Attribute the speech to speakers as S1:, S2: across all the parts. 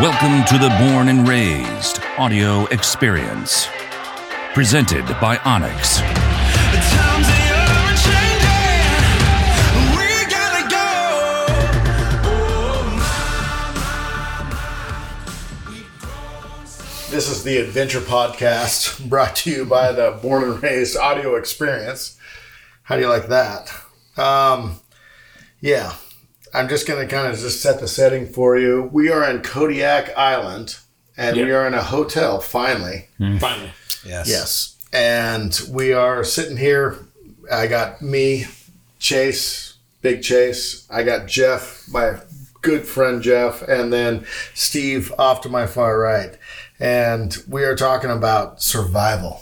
S1: Welcome to the Born and Raised Audio Experience, presented by Onyx.
S2: This is the Adventure Podcast brought to you by the Born and Raised Audio Experience. How do you like that? Um, yeah, I'm just going to kind of just set the setting for you. We are in Kodiak Island and we are in a hotel finally.
S3: Finally.
S4: Yes.
S2: Yes. And we are sitting here. I got me, Chase, Big Chase. I got Jeff, my good friend Jeff, and then Steve off to my far right. And we are talking about survival.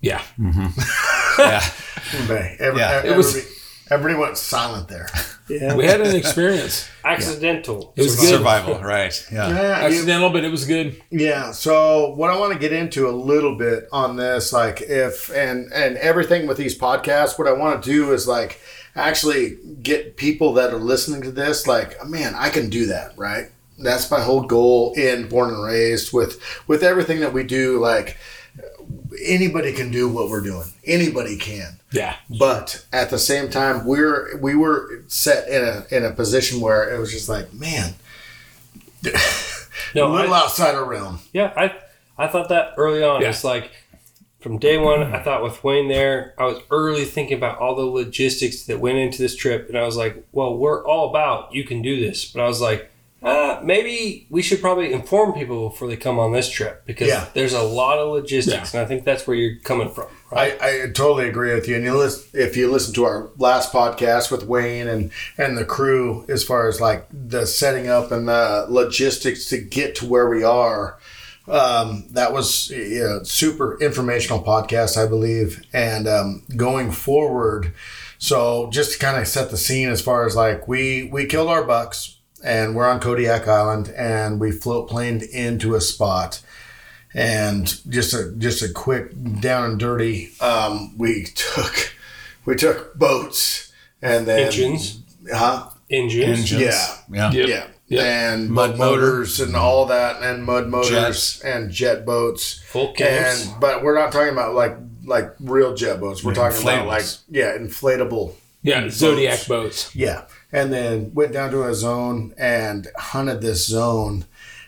S3: Yeah.
S2: Everybody, every,
S4: Yeah.
S2: every,
S3: It was-
S2: everybody, everybody went silent there.
S3: We had an experience.
S5: Accidental.
S3: It was good.
S4: Survival, right. Yeah.
S2: Yeah, you-
S3: Accidental, but it was good.
S2: Yeah. So what I want to get into a little bit on this, like if and and everything with these podcasts, what I want to do is like actually get people that are listening to this, like, man, I can do that, right? That's my whole goal in Born and Raised with with everything that we do, like anybody can do what we're doing. Anybody can
S3: Yeah.
S2: but at the same time we're we were set in a in a position where it was just like man a
S5: No,
S2: little
S5: I-
S2: outside our realm
S5: Yeah, I I thought that early on.
S3: Yeah.
S5: It's like from day one, I thought with Wayne there, I was early thinking about all the logistics that went into this trip, and I was like, well, we're all about you can do this, but I was like. Uh, maybe we should probably inform people before they come on this trip because
S2: Yeah.
S5: there's a lot of logistics, and I think that's where you're coming from.
S2: I, I totally agree with you. And you listen, if you listen to our last podcast with Wayne and, and the crew, as far as like the setting up and the logistics to get to where we are, um, that was a super informational podcast, I believe. And um, going forward, so just to kind of set the scene as far as like we we killed our bucks and we're on Kodiak Island and we float planed into a spot and just a just a quick down and dirty. Um, we took we took boats and then
S5: Engines,
S2: huh?
S5: engines,
S4: Engines.
S2: Yeah.
S4: Yeah.
S3: Yep.
S2: Yeah.
S3: Yep.
S2: And
S4: Mud
S2: mud
S4: motor. Mm-hmm.
S2: motors and all that, and mud motors
S4: Jets.
S2: and jet boats.
S5: full camps.
S2: And but we're not talking about like like real jet boats. We're talking about
S4: inflatables.
S2: like yeah, inflatable.
S3: Yeah. Zodiac boats.
S2: Yeah. And then went down to a zone and hunted this zone.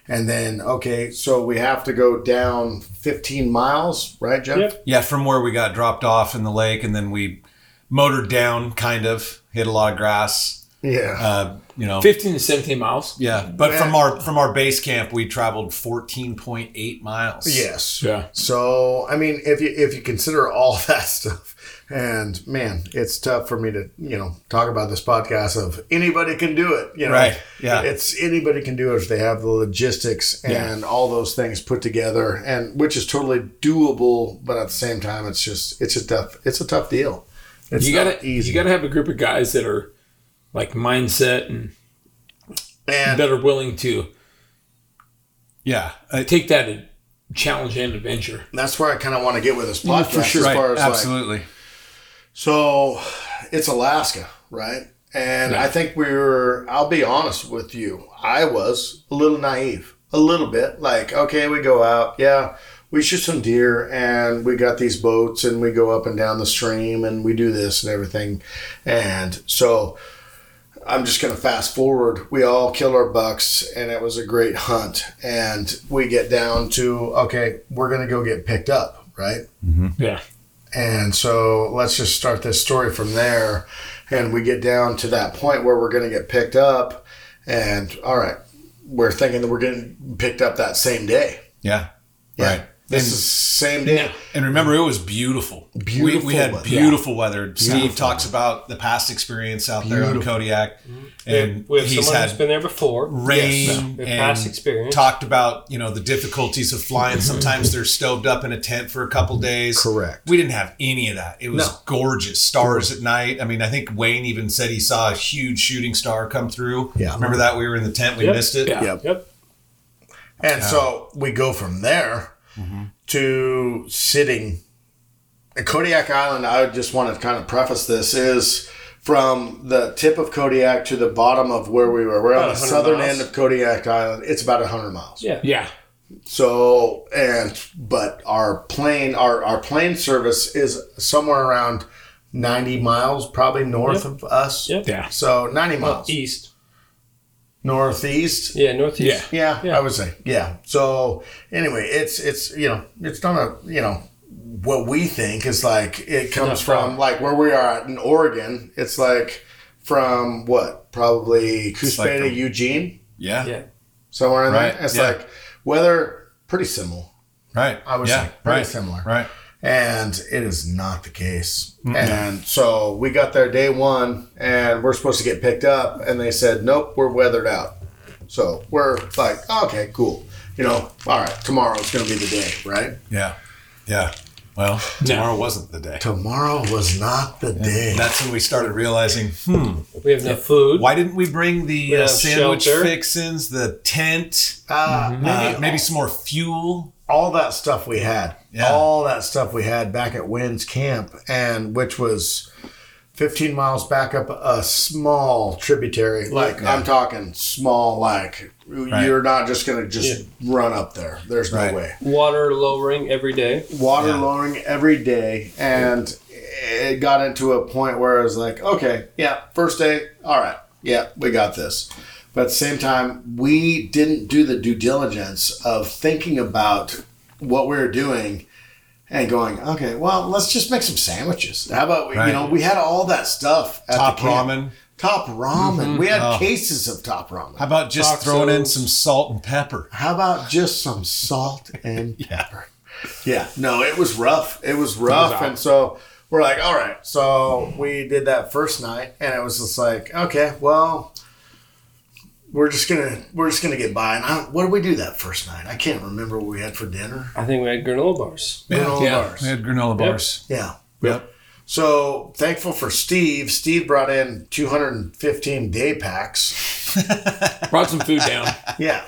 S2: And then okay, so we have to go down 15 miles, right, Jeff?
S5: Yep.
S4: Yeah, from where we got dropped off in the lake and then we motored down kind of, hit a lot of grass.
S2: Yeah.
S4: Uh, you know.
S3: 15 to 17 miles.
S4: Yeah. But from our from our base camp we traveled fourteen point eight miles.
S2: yes.
S3: Yeah.
S2: So I mean, if you if you consider all that stuff, and man, it's tough for me to you know talk about this podcast of anybody can do it. You know,
S4: Right, yeah.
S2: It's anybody can do it if they have the logistics and all those things put together, and which is totally doable. But at the same time, it's just it's a tough it's a tough deal. It's
S3: you
S2: not
S3: gotta
S2: easy.
S3: you gotta have a group of guys that are like mindset and
S2: and
S3: that are willing to
S4: Yeah. Uh,
S3: take that challenge and adventure.
S2: that's where I kind of want to get with this podcast as
S4: Mm, right.
S2: far as like
S4: Absolutely.
S2: So it's Alaska, right? And I think we were, I'll be honest with you, I was a little naive, a little bit like, okay, we go out, yeah, we shoot some deer and we got these boats and we go up and down the stream and we do this and everything. And so I'm just going to fast forward. We all killed our bucks and it was a great hunt. And we get down to, okay, we're going to go get picked up, right?
S3: Yeah.
S2: And so let's just start this story from there. And we get down to that point where we're going to get picked up. And all right, we're thinking that we're getting picked up that same day.
S4: Yeah.
S2: Yeah.
S4: Right.
S2: This
S4: And-
S2: is same day.
S4: And remember, it was beautiful.
S2: Beautiful
S4: We, we had
S2: weather.
S4: beautiful weather. Steve talks about the past experience out there on Kodiak,
S5: Mm-hmm.
S4: and
S5: With
S4: he's
S5: someone
S4: had
S5: who's been there before.
S4: rain
S5: Their
S4: and
S5: past experience.
S4: talked about you know the difficulties of flying. Sometimes they're stoved up in a tent for a couple days.
S2: Mm-hmm. Correct.
S4: We didn't have any of that. It was gorgeous stars at night. I mean, I think Wayne even said he saw a huge shooting star come through.
S2: Yeah.
S4: remember that we were in the tent, we
S5: Yep.
S4: missed it.
S3: Yeah.
S5: Yep.
S2: And so we go from there to sitting. And Kodiak Island, I just want to kind of preface this, is from the tip of Kodiak to the bottom of where we were. We're on
S5: About
S2: the
S5: 100
S2: southern
S5: miles.
S2: end of Kodiak Island. It's about 100 miles.
S5: Yeah.
S3: Yeah.
S2: So and but our plane our our plane service is somewhere around 90 miles probably north of us.
S5: Yep.
S3: Yeah.
S2: So 90
S5: Well, e-
S2: miles
S5: east.
S2: northeast.
S5: Yeah, northeast.
S3: Yeah.
S2: Yeah,
S5: Yeah.
S2: I would say. Yeah. So anyway, it's it's you know, it's not a, you know, what we think is like it comes from like where we are at in Oregon, it's like from what? Probably Coos
S4: like
S2: Bay to
S4: from-
S2: Eugene,
S4: Yeah.
S5: Yeah.
S2: somewhere in
S4: Right,
S2: there. It's
S4: yeah.
S2: like weather pretty similar.
S4: Right.
S2: I would
S4: yeah.
S2: say pretty
S4: right.
S2: similar.
S4: Right.
S2: and it is not the case. And so we got there day one, and we're supposed to get picked up, and they said, "Nope, we're weathered out." So we're like, "Okay, cool." You know, all right, tomorrow's gonna be the day, right?
S4: Yeah. Yeah. Well, tomorrow wasn't the day.
S2: Tomorrow was not the day.
S4: That's when we started realizing, hmm,
S5: We have no food.
S4: why didn't we bring the uh,
S5: have
S4: sandwich
S5: shelter.
S4: fixins, the tent,
S2: Uh,
S4: Mm-hmm. maybe, maybe some more fuel?
S2: all that stuff we had,
S4: Yeah.
S2: all that stuff we had back at Wynn's camp, and which was 15 miles back up a small tributary. Like I'm talking small, like you're not just gonna just run up there. There's no
S4: Right.
S2: way.
S5: Water lowering every day.
S2: Water lowering every day, and it got into a point where I was like, okay, yeah, first day, all right, yeah, we got this. But at the same time, we didn't do the due diligence of thinking about what we were doing and going, okay, well, let's just make some sandwiches. How about, we you
S4: Right.
S2: know, we had all that stuff. At
S4: Top
S2: the camp.
S4: ramen. Mm-hmm. Oh.
S2: Top ramen. We had cases of top ramen.
S4: How about just
S5: Tacos.
S4: throwing in some salt and pepper?
S2: How about just some salt and pepper? Yeah. No, it was rough. It was rough. and so we're like, all right. So we did that first night and it was just like, okay, well, we're just gonna we're just gonna get by. And I, what did we do that first night? I can't remember what we had for dinner.
S5: I think we had granola bars.
S2: Granola
S3: yeah.
S2: bars.
S4: We had granola bars.
S2: Yeah.
S4: Yep.
S2: So thankful for Steve. Steve brought in 215 day packs.
S3: Brought some food down.
S2: Yeah.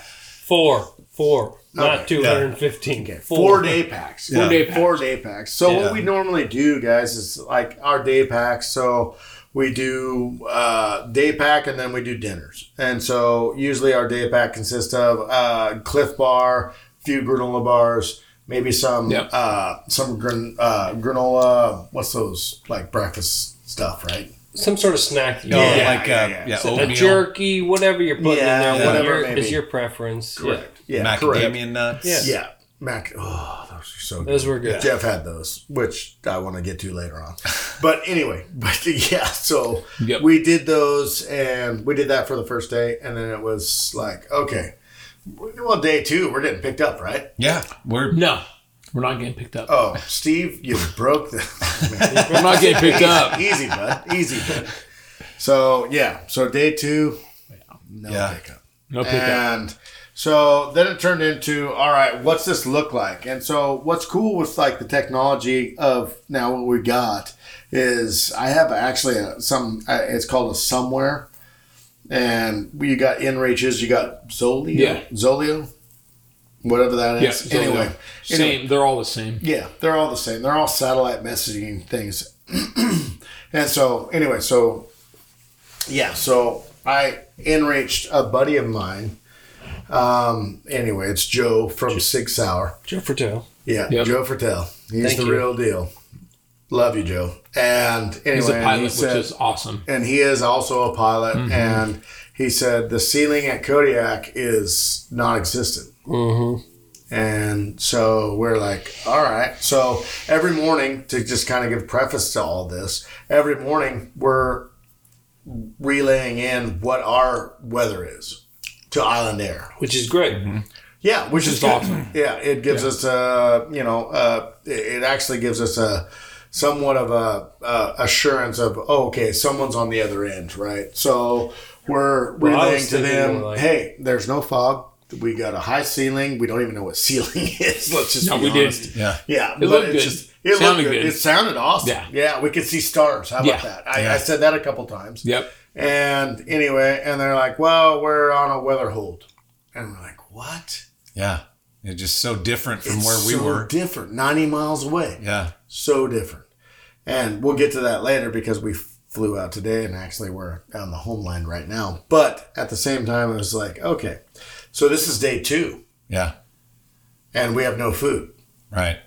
S5: Four. Four.
S2: Okay.
S5: Not 215.
S2: Four day packs.
S4: Four
S3: day packs.
S2: Four day packs. So
S4: Yeah.
S2: what we normally do, guys, is like our day packs. So we do uh, day pack and then we do dinners. And so usually our day pack consists of uh, Cliff Bar, few granola bars, maybe some
S3: Yep.
S2: uh, some gran- uh, granola. What's those like breakfast stuff, right?
S5: Some sort of snack. that you
S4: Oh,
S5: can
S2: Yeah,
S4: like uh,
S2: yeah,
S4: yeah,
S2: yeah.
S5: A
S4: oatmeal,
S5: jerky, whatever you're putting
S2: Yeah,
S5: in there,
S2: whatever
S5: whatever
S2: it may
S5: is
S2: be.
S5: your preference. Yeah.
S2: Yeah.
S4: macadamia nuts.
S5: Yeah.
S2: Yeah. Mac. Oh, those are so good.
S5: Those were good.
S2: Jeff had those, which I want to get to later on. But anyway, but yeah, so
S3: Yep.
S2: we did those and we did that for the first day. And then it was like, okay, well, day two, we're getting picked up, right?
S4: Yeah, we're
S3: No. We're not getting picked up.
S2: Oh, Steve, you broke the. Man,
S3: We're not getting picked up.
S2: easy, bud. Easy, bud. So yeah, so day two, no
S4: Yeah.
S2: pickup.
S3: No pickup.
S2: And so then it turned into, all right, what's this look like? And so what's cool with like the technology of now what we got is I have actually a, some, uh, it's called a somewhere. And you got inReaches, you got Zolio,
S3: Yeah.
S2: Zolio, whatever that
S3: Yeah.
S2: is.
S3: so
S2: anyway,
S3: they're- Same.
S2: anyway.
S3: They're all the same.
S2: Yeah, they're all the same. They're all satellite messaging things. and so, anyway, so yeah, so I enriched a buddy of mine. Um, anyway, it's Joe from Six Hour.
S5: Jeff Fertel.
S2: Yeah,
S3: Yep.
S2: Joe Fertel. He's
S5: Thank
S2: the
S5: you.
S2: real deal. Love you, Joe. And anyway,
S3: He's a
S2: he
S3: pilot, which
S2: said-
S3: is Mm-hmm. awesome.
S2: and he is also a pilot. And he said the ceiling at Kodiak is non-existent. Mm-hmm. And so we're like, all right. So every morning, to just kind of give preface to all this, every morning we're relaying in what our weather is to Island Air.
S5: Which is great.
S2: Yeah, which is
S3: is
S2: good.
S3: awesome.
S2: Yeah, it gives us a you know uh, it it actually gives us a somewhat of a, uh assurance of oh, okay someone's on the other end right so we're
S5: Well, I
S2: relaying
S5: was
S2: to
S5: thinking
S2: them
S5: more like-
S2: hey there's no fog we got a high ceiling we don't even know what ceiling is let's just
S3: No,
S2: be
S3: we
S2: honest.
S3: did.
S4: yeah.
S2: Yeah, it
S3: looked good.
S2: it
S3: Sounded
S2: looked good.
S3: good.
S2: It sounded awesome.
S3: Yeah.
S2: we could see stars. How about
S3: Yeah.
S2: that? I,
S4: Yeah.
S2: I said that a couple times.
S3: Yep.
S2: And anyway, and they're like, "Well, we're on a weather hold," and we're like, "What?"
S4: Yeah. It's just so different from
S2: It's
S4: where we
S2: so
S4: were.
S2: different, 90 miles away.
S4: yeah.
S2: So different. And we'll get to that later because we flew out today and actually we're on the homeland right now. But at the same time, it was like, okay, so this is day two
S4: Yeah.
S2: and we have no food.
S4: Right.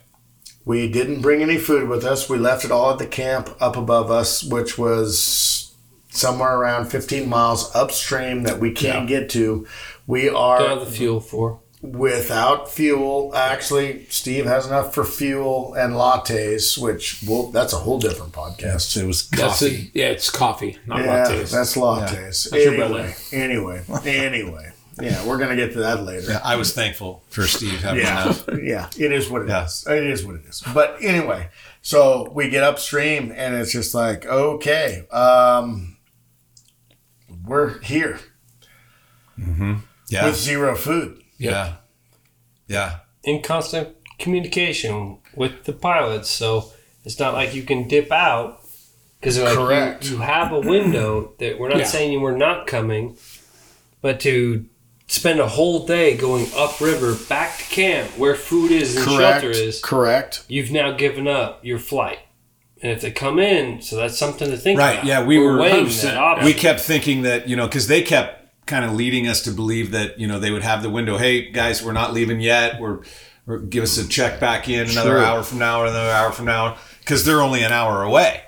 S2: We didn't bring any food with us. We left it all at the camp up above us, which was somewhere around 15 miles upstream that we can't get to. We are
S5: Don't have the fuel for.
S2: without fuel. Actually, Steve has enough for fuel and lattes, which well, that's a whole different podcast.
S4: It was
S3: That's
S4: coffee.
S3: it. Yeah, it's coffee, not
S2: Yeah,
S3: lattes.
S2: that's lattes.
S3: your
S2: anyway, anyway, anyway. Yeah, we're gonna get to that later.
S4: Yeah, I was thankful for Steve having
S2: Yeah,
S4: enough.
S2: yeah. It is what it is.
S4: Yeah.
S2: It is what it is. But anyway, so we get upstream, and it's just like, okay, um, we're here
S4: Yeah.
S2: with zero food.
S4: yeah. Yeah.
S5: in constant communication with the pilots, so it's not like you can dip out because like you-
S2: Correct.
S5: You, have a window that we're not
S3: Yeah.
S5: saying you were not coming, but to spend a whole day going upriver back to camp where food is and
S2: Correct.
S5: shelter is,
S2: Correct.
S5: you've now given up your flight. And if they come in, so that's something to think
S4: Right.
S5: about.
S4: Yeah. We
S5: We're
S4: were,
S5: weighing that option.
S4: we kept thinking that, you know, because they kept kind of leading us to believe that, you know, they would have the window. Hey, guys, we're not leaving yet. We're, we're give us a check back in another
S2: Sure.
S4: hour from now, another hour from now, because they're only an hour away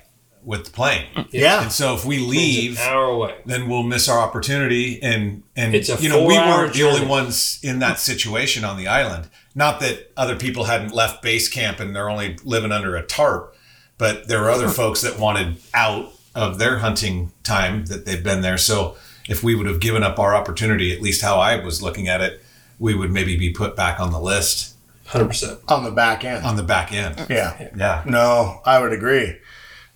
S4: with the plane.
S2: Yeah.
S4: And so if we
S5: It's
S4: leave,
S5: an hour away.
S4: then we'll miss our opportunity. And and
S5: It's a
S4: you know we
S5: four-hour
S4: weren't the only
S5: journey.
S4: ones in that situation on the island. Not that other people hadn't left base camp and they're only living under a tarp, but there were other folks that wanted out of their hunting time that they've been there. So if we would have given up our opportunity, at least how I was looking at it, we would maybe be put back on the list
S5: Hundred percent.
S2: On the back end.
S4: on the back end.
S2: Uh, yeah.
S4: Yeah.
S2: No, I would agree.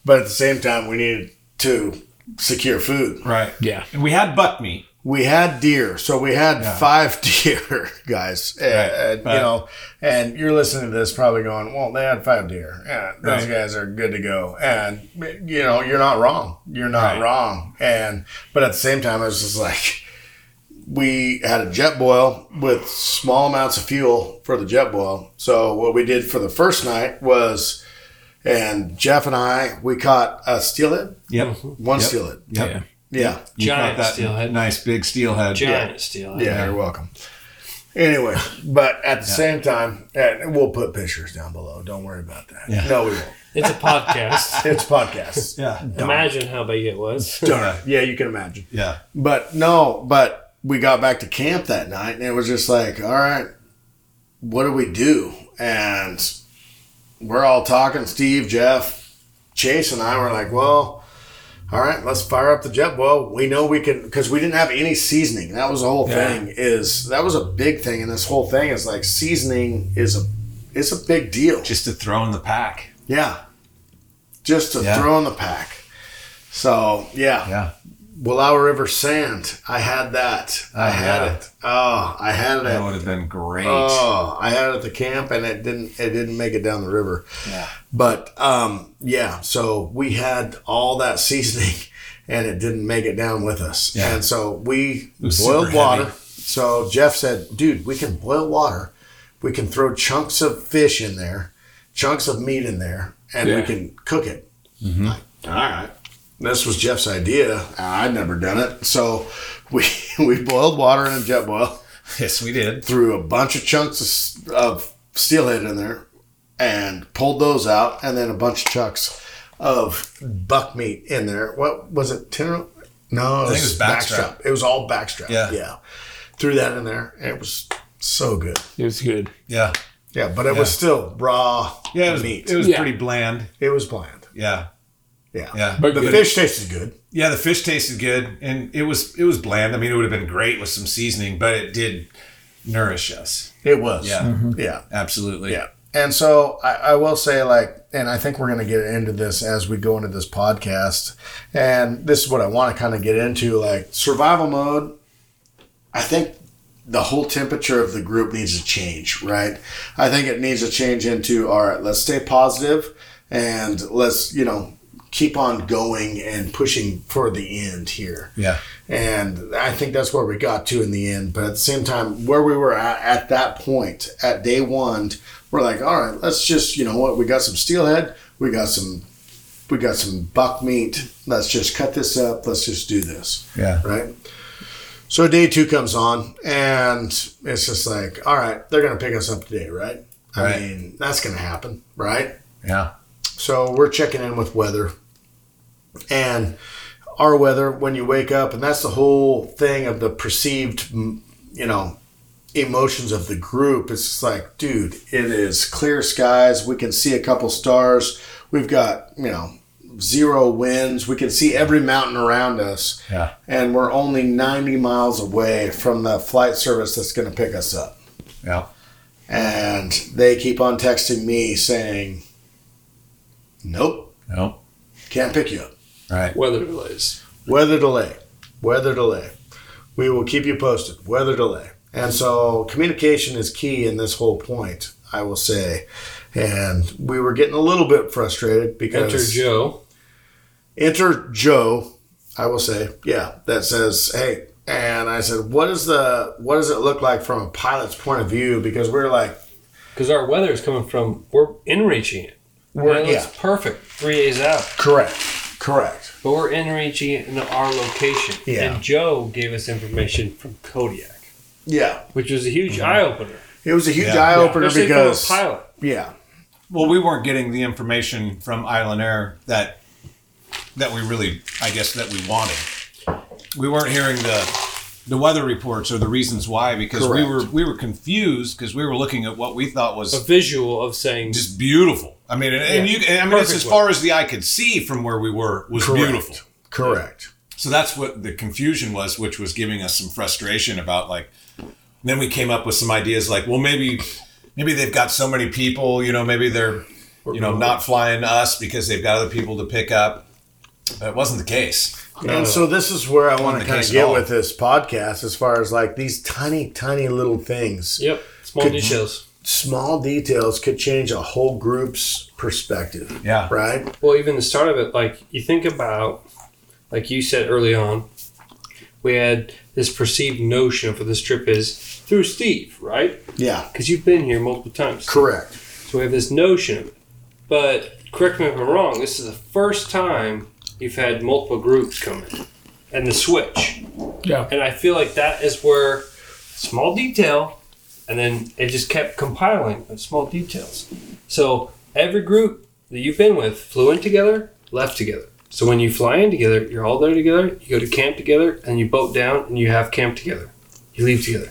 S2: But at the same time, we needed to secure food.
S4: Right.
S3: Yeah.
S4: And we had buck meat.
S2: We had deer, so we had five deer, guys. And,
S4: Right.
S2: You know, and you're listening to this probably going, "Well, they had five deer. Yeah, those
S4: Right.
S2: guys are good to go." And you know, you're not wrong. You're not
S4: Right.
S2: wrong. And but at the same time, it was just like we had a jet boil with small amounts of fuel for the jet boil. So what we did for the first night was, and Jeff and I, we caught a steelhead,
S4: Yep.
S2: one
S4: Yep.
S2: steelhead.
S4: Yep.
S2: Yeah,
S4: You
S5: Giant
S4: caught that
S5: steelhead.
S4: Nice big steelhead.
S5: Giant steel.
S2: yeah, you're welcome. Anyway, but at the same time, and we'll put pictures down below. Don't worry about that.
S4: Yeah.
S2: No, we won't.
S5: It's a podcast.
S2: It's podcasts.
S4: Yeah.
S5: Imagine how big it was.
S4: Yeah.
S2: yeah, you can imagine.
S4: Yeah.
S2: But no, but we got back to camp that night and it was just like, all right, what do we do? And we're all talking, Steve, Jeff, Chase, and I were like, well, all right, let's fire up the jet. Well, we know we can because we didn't have any seasoning. That was the whole
S3: Yeah.
S2: thing. Is that was a big thing, and this whole thing is like seasoning is a it's a big deal.
S4: Just to throw in the pack.
S2: Yeah, just to
S4: Yeah.
S2: throw in the pack. So yeah,
S4: Yeah.
S2: Willow River Sand. I had that. I
S4: Oh,
S2: had
S4: yeah.
S2: it. Oh, I had it.
S4: That
S2: At,
S4: would have been great.
S2: oh, I had it at the camp, and it didn't. It didn't make it down the river.
S4: Yeah.
S2: But um, yeah. So we had all that seasoning, and it didn't make it down with us.
S4: Yeah.
S2: And so we
S4: was
S2: boiled
S4: super
S2: water.
S4: heavy.
S2: So Jeff said, "Dude, we can boil water. We can throw chunks of fish in there, chunks of meat in there, and we
S3: Yeah.
S2: can cook it."
S4: Mm-hmm.
S2: All right. This was Jeff's idea. I'd never done it. So we we boiled water in a jet boil,
S4: Yes, we did.
S2: threw a bunch of chunks of, s- of steelhead in there, and pulled those out, and then a bunch of chunks of buck meat in there. What was it? Tenor? No,
S4: think it was backstrap.
S2: It was all backstrap.
S4: Yeah.
S2: yeah. Threw that in there. and It was so good.
S3: It was good.
S4: Yeah.
S2: Yeah, but it was still raw
S4: Yeah, it was,
S2: meat.
S4: it was
S3: Yeah.
S4: pretty bland.
S2: It was bland.
S4: Yeah.
S2: Yeah.
S4: Yeah.
S3: But
S2: The
S3: good.
S2: fish tasted good.
S4: yeah, the fish tasted good and it was it was bland. I mean, it would have been great with some seasoning, but it did nourish us.
S2: It was. Mm-hmm.
S4: Yeah.
S2: Yeah.
S4: Absolutely.
S2: Yeah. And so I, I will say, like, and I think we're going to get into this as we go into this podcast. And this is what I want to kind of get into like survival mode. I think the whole temperature of the group needs to change, right? I think it needs to change into all right, let's stay positive and let's, you know, keep on going and pushing for the end here.
S4: Yeah.
S2: And I think that's where we got to in the end. But at the same time, where we were at, at that point, at day one, we're like, all right, let's just, you know what, we got some steelhead, we got some, we got some buck meat. Let's just cut this up. Let's just do this,
S4: Yeah.
S2: right? So day two comes on, and it's just like, all right, they're gonna pick us up today, right? I
S4: Right.
S2: mean, that's gonna happen, right?
S4: Yeah.
S2: So we're checking in with weather. And our weather, when you wake up, and that's the whole thing of the perceived, mm, you know, emotions of the group. It's just like, dude, it is clear skies. We can see a couple stars. We've got, you know, zero winds. We can see every mountain around us.
S4: Yeah.
S2: And we're only 90 miles away from the flight service that's going to pick us up
S4: Yeah.
S2: and they keep on texting me saying, "Nope,
S4: No.
S2: can't pick you up.
S4: Right.
S5: Weather delays.
S2: Weather delay, weather delay. We will keep you posted. Weather delay." And so communication is key in this whole point, I will say. And we were getting a little bit frustrated because
S5: Enter Joe.
S2: enter Joe, I will say, yeah, that says, hey, and I said, what is the what does it look like from a pilot's point of view? Because we're like,
S5: Because our weather is coming from, we're in reaching it.
S2: We're-
S5: We're, it's
S2: yeah.
S5: perfect three days out.
S2: correct, correct.
S5: But we're in reaching it in our location.
S2: Yeah.
S5: And Joe gave us information from Kodiak,
S2: Yeah.
S5: which was a huge eye opener.
S2: It was a huge
S4: Yeah.
S2: eye opener
S5: Especially
S2: Mm-hmm. because
S5: from a pilot.
S2: yeah,
S4: Well, we weren't getting the information from Island Air that that we really, I guess, that we wanted. We weren't hearing the the weather reports or the reasons why because
S2: Correct.
S4: we were we were confused because we were looking at what we thought was
S5: A visual of saying,
S4: just beautiful. I mean, and, and you, and I mean, it's as
S5: Perfect
S4: far as the eye could see from where we were was
S2: Correct.
S4: beautiful.
S2: correct.
S4: So that's what the confusion was, which was giving us some frustration about like. Then we came up with some ideas like, well, maybe, maybe they've got so many people, you know, maybe they're, you know, not flying us because they've got other people to pick up. But it wasn't the case.
S2: And so this is where I want
S4: the
S2: to kind of
S4: case at
S2: get
S4: all.
S2: with this podcast, as far as like these tiny, tiny little things,
S5: yep, small
S2: Could-
S5: details.
S2: small details could change a whole group's perspective.
S4: Yeah.
S2: Right.
S5: Well, even the start of it, like you think about, like you said early on, we had this perceived notion of what this trip is through Steve, right?
S2: Yeah.
S5: Because you've been here multiple times.
S2: Correct.
S5: So we have this notion of it. But correct me if I'm wrong, this is the first time you've had multiple groups come in and the switch.
S3: Yeah.
S5: And I feel like that is where small detail and then it just kept compiling of small details. So every group that you've been with flew in together, left together. So when you fly in together, you're all there together, you go to camp together, and you boat down and you have camp together. You leave together.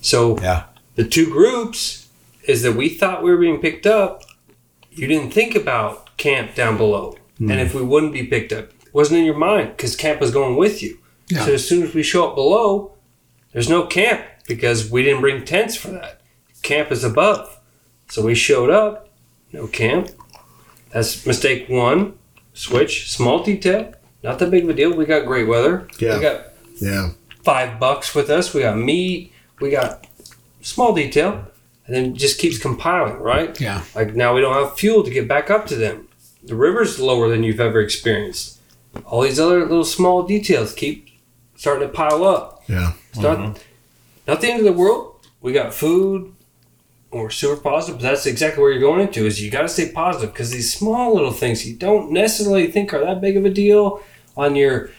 S5: So
S4: Yeah.
S5: the two groups is that we thought we were being picked up. You didn't think about camp down below, and if we wouldn't be picked up, it wasn't in your mind because camp was going with you. So as soon as we show up below, there's no camp because we didn't bring tents for that. Camp is above, so we showed up, no camp. That's mistake one. Switch small detail, not that big of a deal. We got great weather.
S2: Yeah.
S5: We got
S2: Yeah.
S5: five bucks with us. We got meat. We got small detail, and then it just keeps compiling, right?
S3: Yeah.
S5: Like now we don't have fuel to get back up to them. The river's lower than you've ever experienced. All these other little small details keep starting to pile up.
S2: Yeah.
S5: It's
S2: Mm-hmm.
S5: not not the end of the world. We got food. and We're super positive, but that's exactly where you're going into. Is you got to stay positive because these small little things you don't necessarily think are that big of a deal on your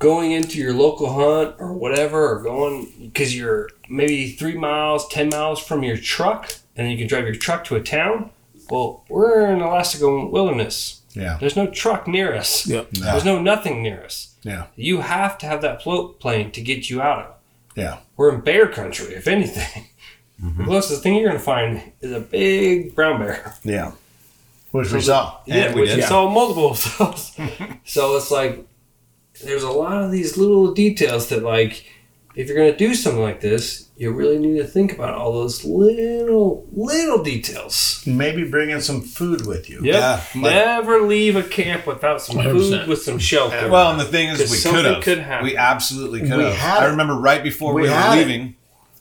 S5: going into your local hunt or whatever, or going because you're maybe three miles, 10 miles from your truck, and then you can drive your truck to a town. Well, we're in Alaska wilderness.
S2: Yeah.
S5: There's no truck near us.
S3: Yep.
S5: There's no nothing near us.
S2: Yeah.
S5: You have to have that float plane to get you out of.
S2: Yeah.
S5: We're in bear country, if anything.
S4: Mm-hmm.
S5: The closest thing you're going to find is a big brown bear.
S2: Yeah. Which we saw.
S5: Yeah,
S4: And we
S5: we,
S4: did.
S5: saw multiple of those. so it's like there's a lot of these little details that like if you're gonna do something like this, you really need to think about all those little little details.
S2: Maybe bringing some food with you.
S4: Yeah, like-
S5: Never leave a camp without some food
S3: 100%.
S5: with some shelter.
S4: Well, and the thing is,
S5: 'Cause
S4: we
S5: something
S4: could have.
S5: could happen.
S4: We absolutely could
S2: We
S4: have.
S2: had
S4: I
S2: it.
S4: remember right before
S2: We
S4: we,
S2: had
S4: were
S2: it.
S4: leaving,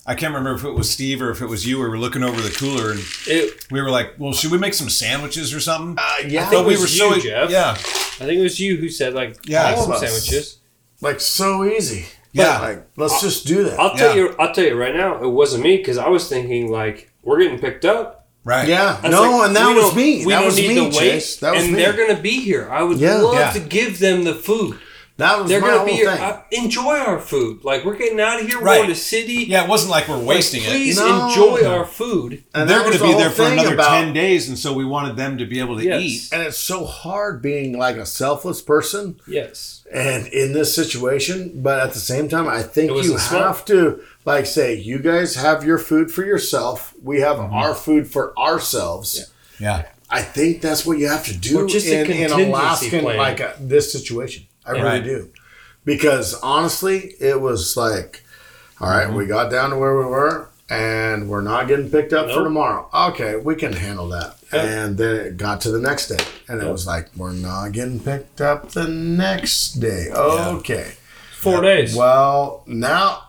S4: I can't remember if it was Steve or if it was you. We were looking over the cooler and
S5: It,
S4: we were like, "Well, should we make some sandwiches or something?"
S2: Uh, yeah,
S5: I think
S4: we e-,
S5: it was you, Jeff.
S4: yeah,
S5: I think it was you who said like
S4: Yeah,
S5: yeah,
S4: all
S5: some
S2: of us.
S5: sandwiches.
S2: like so easy.
S4: yeah.
S2: Like
S5: Uh,
S2: let's just do that.
S5: I'll tell
S4: Yeah.
S5: you. I'll tell you right now. It wasn't me because I was thinking like we're getting picked up.
S4: right.
S2: yeah,
S5: I was
S2: no,
S5: like,
S2: and that
S5: we
S2: was
S5: don't-
S2: me.
S5: We
S2: that
S5: don't
S2: was
S5: need
S2: me,
S5: to wait,
S2: Chase. That was
S5: and
S2: me.
S5: they're gonna be here. I would
S2: Yeah.
S5: love
S4: Yeah.
S5: to give them the food.
S2: that was
S5: They're
S2: my
S5: gonna
S2: whole
S5: be
S2: thing.
S5: here. I, enjoy our food. Like we're getting out of here. We're
S4: Right.
S5: going to city.
S4: Yeah, it wasn't like we're
S5: Like,
S4: wasting it.
S5: Please
S2: No.
S5: enjoy our food.
S2: and
S4: They're
S2: that
S4: going
S2: was
S4: to
S2: the
S4: be
S2: whole
S4: there for
S2: thing
S4: another
S2: about-
S4: ten days, and so we wanted them to be able to
S5: Yes.
S4: eat.
S2: And it's so hard being like a selfless person
S5: Yes.
S2: and in this situation but at the same time i think
S5: It was
S2: you
S5: a smart-
S2: have to like say you guys have your food for yourself we have
S5: Mm-hmm.
S2: our food for ourselves
S4: Yeah,
S2: i think that's what you have to do
S5: Or just a
S2: in, in
S5: contingency
S2: alaskan
S5: plan.
S2: like uh this situation i really
S4: Right.
S2: do because honestly it was like all right,
S5: Mm-hmm.
S2: we got down to where we were and we're not getting picked up for
S5: Nope.
S2: tomorrow okay we can handle that
S5: Yep.
S2: and then it got to the next day and it
S5: Yep.
S2: was like we're not getting picked up the next day okay
S5: Four days.
S2: well now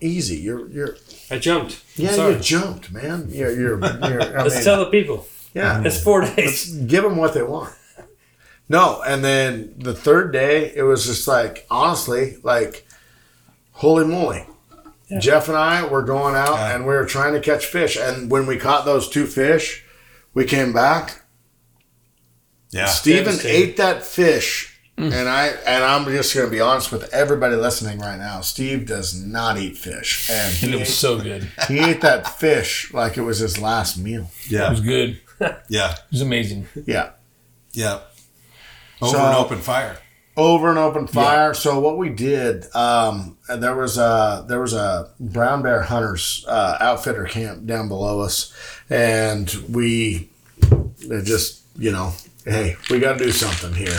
S2: easy you're you're
S5: I jumped.
S2: yeah
S5: Sorry.
S2: you jumped man you're you're, you're I
S5: Let's
S2: mean,
S5: tell the people.
S2: yeah
S5: It's four days.
S2: give them what they want. No, and then the third day, it was just like honestly, like holy moly. Jeff and I were going out
S4: Yeah.
S2: and we were trying to catch fish, and when we caught those two fish, we came back.
S4: yeah.
S2: Steven
S5: Devastating.
S2: ate that fish, and I and I'm just gonna be honest with everybody listening right now. Steve does not eat fish, and
S3: And
S2: he,
S3: it was
S2: ate,
S3: so good. It
S2: he ate that fish like it was his last meal.
S4: Yeah,
S3: was good.
S4: yeah,
S3: It was amazing.
S2: Yeah.
S4: yeah. Over
S2: So-
S4: an open fire.
S2: over an open fire. So what we did, um, and there was a there was a brown bear hunters uh, outfitter camp down below us, and we they just you know, hey, we got to do something here,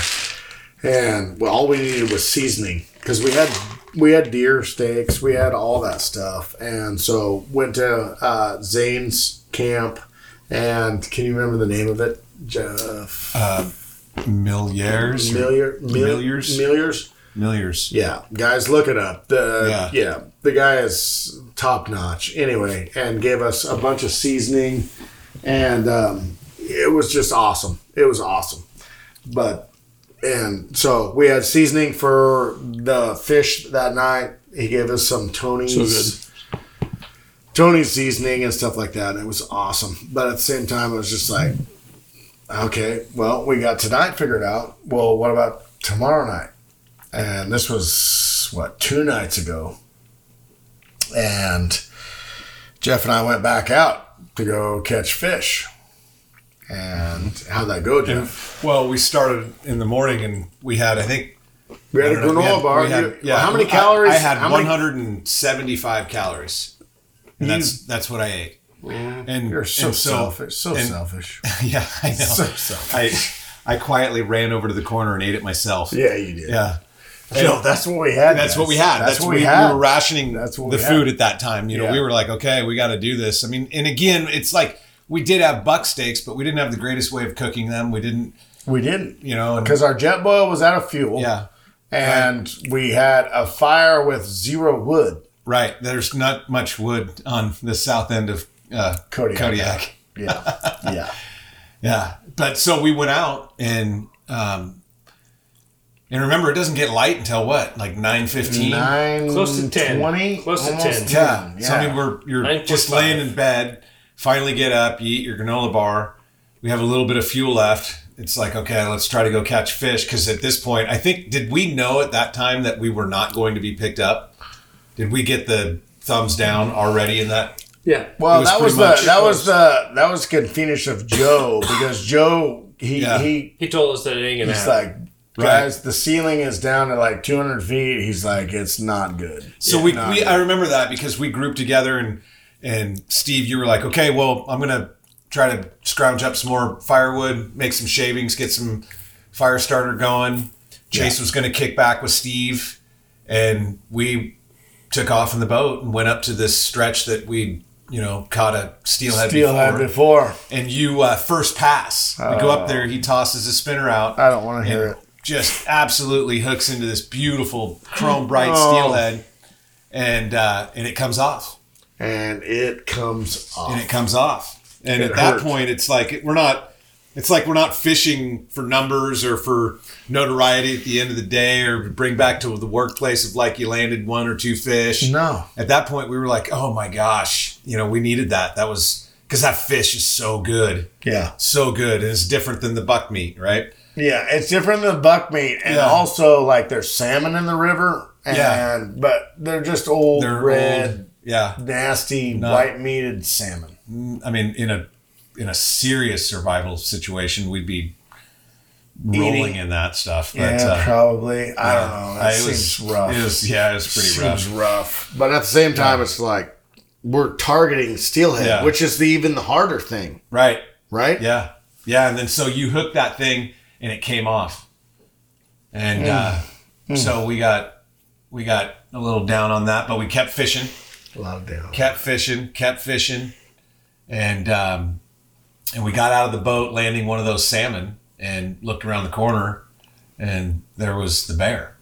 S2: and well, all we needed was seasoning because we had we had deer steaks, we had all that stuff, and so went to uh, Zane's camp, and can you remember the name of it, Jeff?
S4: Milliers.
S2: Millier,
S4: Milliers?
S2: Milliers.
S4: Milliers.
S2: Yeah, guys, look it up. The
S4: Yeah.
S2: yeah, the guy is top notch. Anyway, and gave us a bunch of seasoning, and um, it was just awesome. It was awesome, but and so we had seasoning for the fish that night. He gave us some Tony's.
S3: So good.
S2: Tony's seasoning and stuff like that. and It was awesome, but at the same time, it was just like, okay, well, we got tonight figured out. Well, what about tomorrow night? And this was what two nights ago, and Jeff and I went back out to go catch fish. And how'd that go,
S4: And,
S2: Jeff?
S4: well, we started in the morning, and we had I think
S2: We had a
S4: I don't know, we
S2: granola
S4: had-
S2: bar.
S4: we had-
S2: You-
S4: yeah,
S2: how many
S4: I-
S2: calories?
S4: I, had
S2: how many-
S4: 175 calories. And that's that's what I ate. And
S2: You're so,
S4: and
S2: selfish. So
S4: and-
S2: selfish.
S4: Yeah, I know.
S2: So selfish.
S4: I I quietly ran over to the corner and ate it myself.
S2: yeah, you did.
S4: Yeah.
S2: No, that's what we had.
S4: That's
S2: guys.
S4: what we had. That's, what we,
S2: had.
S4: we were rationing
S2: That's what
S4: the
S2: we
S4: food
S2: had.
S4: at that time. You know,
S2: Yeah.
S4: we were like, okay, we got to do this. I mean, and again, it's like we did have buck steaks, but we didn't have the greatest way of cooking them. We didn't,
S2: we didn't
S4: you know, and,
S2: because our jet boil was out of fuel.
S4: yeah,
S2: and we had a fire with zero wood.
S4: right. There's not much wood on the south end of uh,
S2: Kodiak.
S4: Kodiak.
S2: Yeah, yeah.
S4: Yeah. But so we went out and um and remember it doesn't get light until what? Like 9:15.
S2: Nine
S5: Close to 10.
S2: 20,
S5: Close to
S2: almost
S5: 10.
S4: Yeah.
S2: Yeah.
S4: So I mean we're you're just
S5: 9:45.
S4: laying in bed, finally get up, you eat your granola bar. We have a little bit of fuel left. It's like, okay, let's try to go catch fish cuz at this point, I think did we know at that time that we were not going to be picked up? Did we get the thumbs down already in that?
S5: Yeah.
S2: Well,
S4: It was
S2: that
S4: pretty
S2: was the
S4: much
S2: that was the that was good finish of Joe because Joe he
S4: Yeah.
S2: he
S5: He told us that it ain't gonna
S2: he's
S5: happen.
S2: like. Guys, the ceiling is down at like 200 feet. He's like, it's not good.
S4: So we, we I remember that because we grouped together and and Steve, you were like, okay, well, I'm gonna try to scrounge up some more firewood, make some shavings, get some fire starter going. Chase was gonna kick back with Steve, and we took off in the boat and went up to this stretch that we you know caught a steelhead,
S2: Steel
S4: before.
S2: had before.
S4: And you uh, first pass, we go up there, he tosses a spinner out.
S2: I don't want to hear
S4: And
S2: it.
S4: Just absolutely hooks
S2: Oh.
S4: into this beautiful chrome bright steelhead, and uh, and it comes off.
S2: and it comes off.
S4: and it comes off. And
S2: It
S4: at that
S2: hurts.
S4: point, it's like we're not. It's like we're not fishing for numbers or for notoriety at the end of the day, or bring back to the workplace of like you landed one or two fish.
S2: no,
S4: At that point, we were like, oh my gosh, you know, we needed that. That was because that fish is so good,
S2: yeah,
S4: so good, and it's different than the buck meat, right?
S2: yeah. It's different than buckmeat, and
S4: Yeah.
S2: also like there's salmon in the river. And,
S4: Yeah.
S2: but they're just old
S4: They're
S2: red,
S4: old. yeah.
S2: nasty, white meated salmon.
S4: I mean, in a in a serious survival situation, we'd be rolling
S2: Eating.
S4: in that stuff. But
S2: Yeah,
S4: uh,
S2: probably. I don't know. That
S4: I- it
S2: seems
S4: was,
S2: rough.
S4: It was, yeah, it was pretty rough.
S2: seems rough. But at the same time, it's like we're targeting steelhead,
S4: Yeah.
S2: which is the even the harder thing,
S4: Right.
S2: right?
S4: Yeah. Yeah. And then so you hooked that thing and it came off. And
S2: Mm.
S4: uh, so we got we got a little down on that, but we kept fishing,
S2: A lot of down.
S4: kept fishing, kept fishing, and um, and we got out of the boat, landing one of those salmon, and looked around the corner, and there was the bear,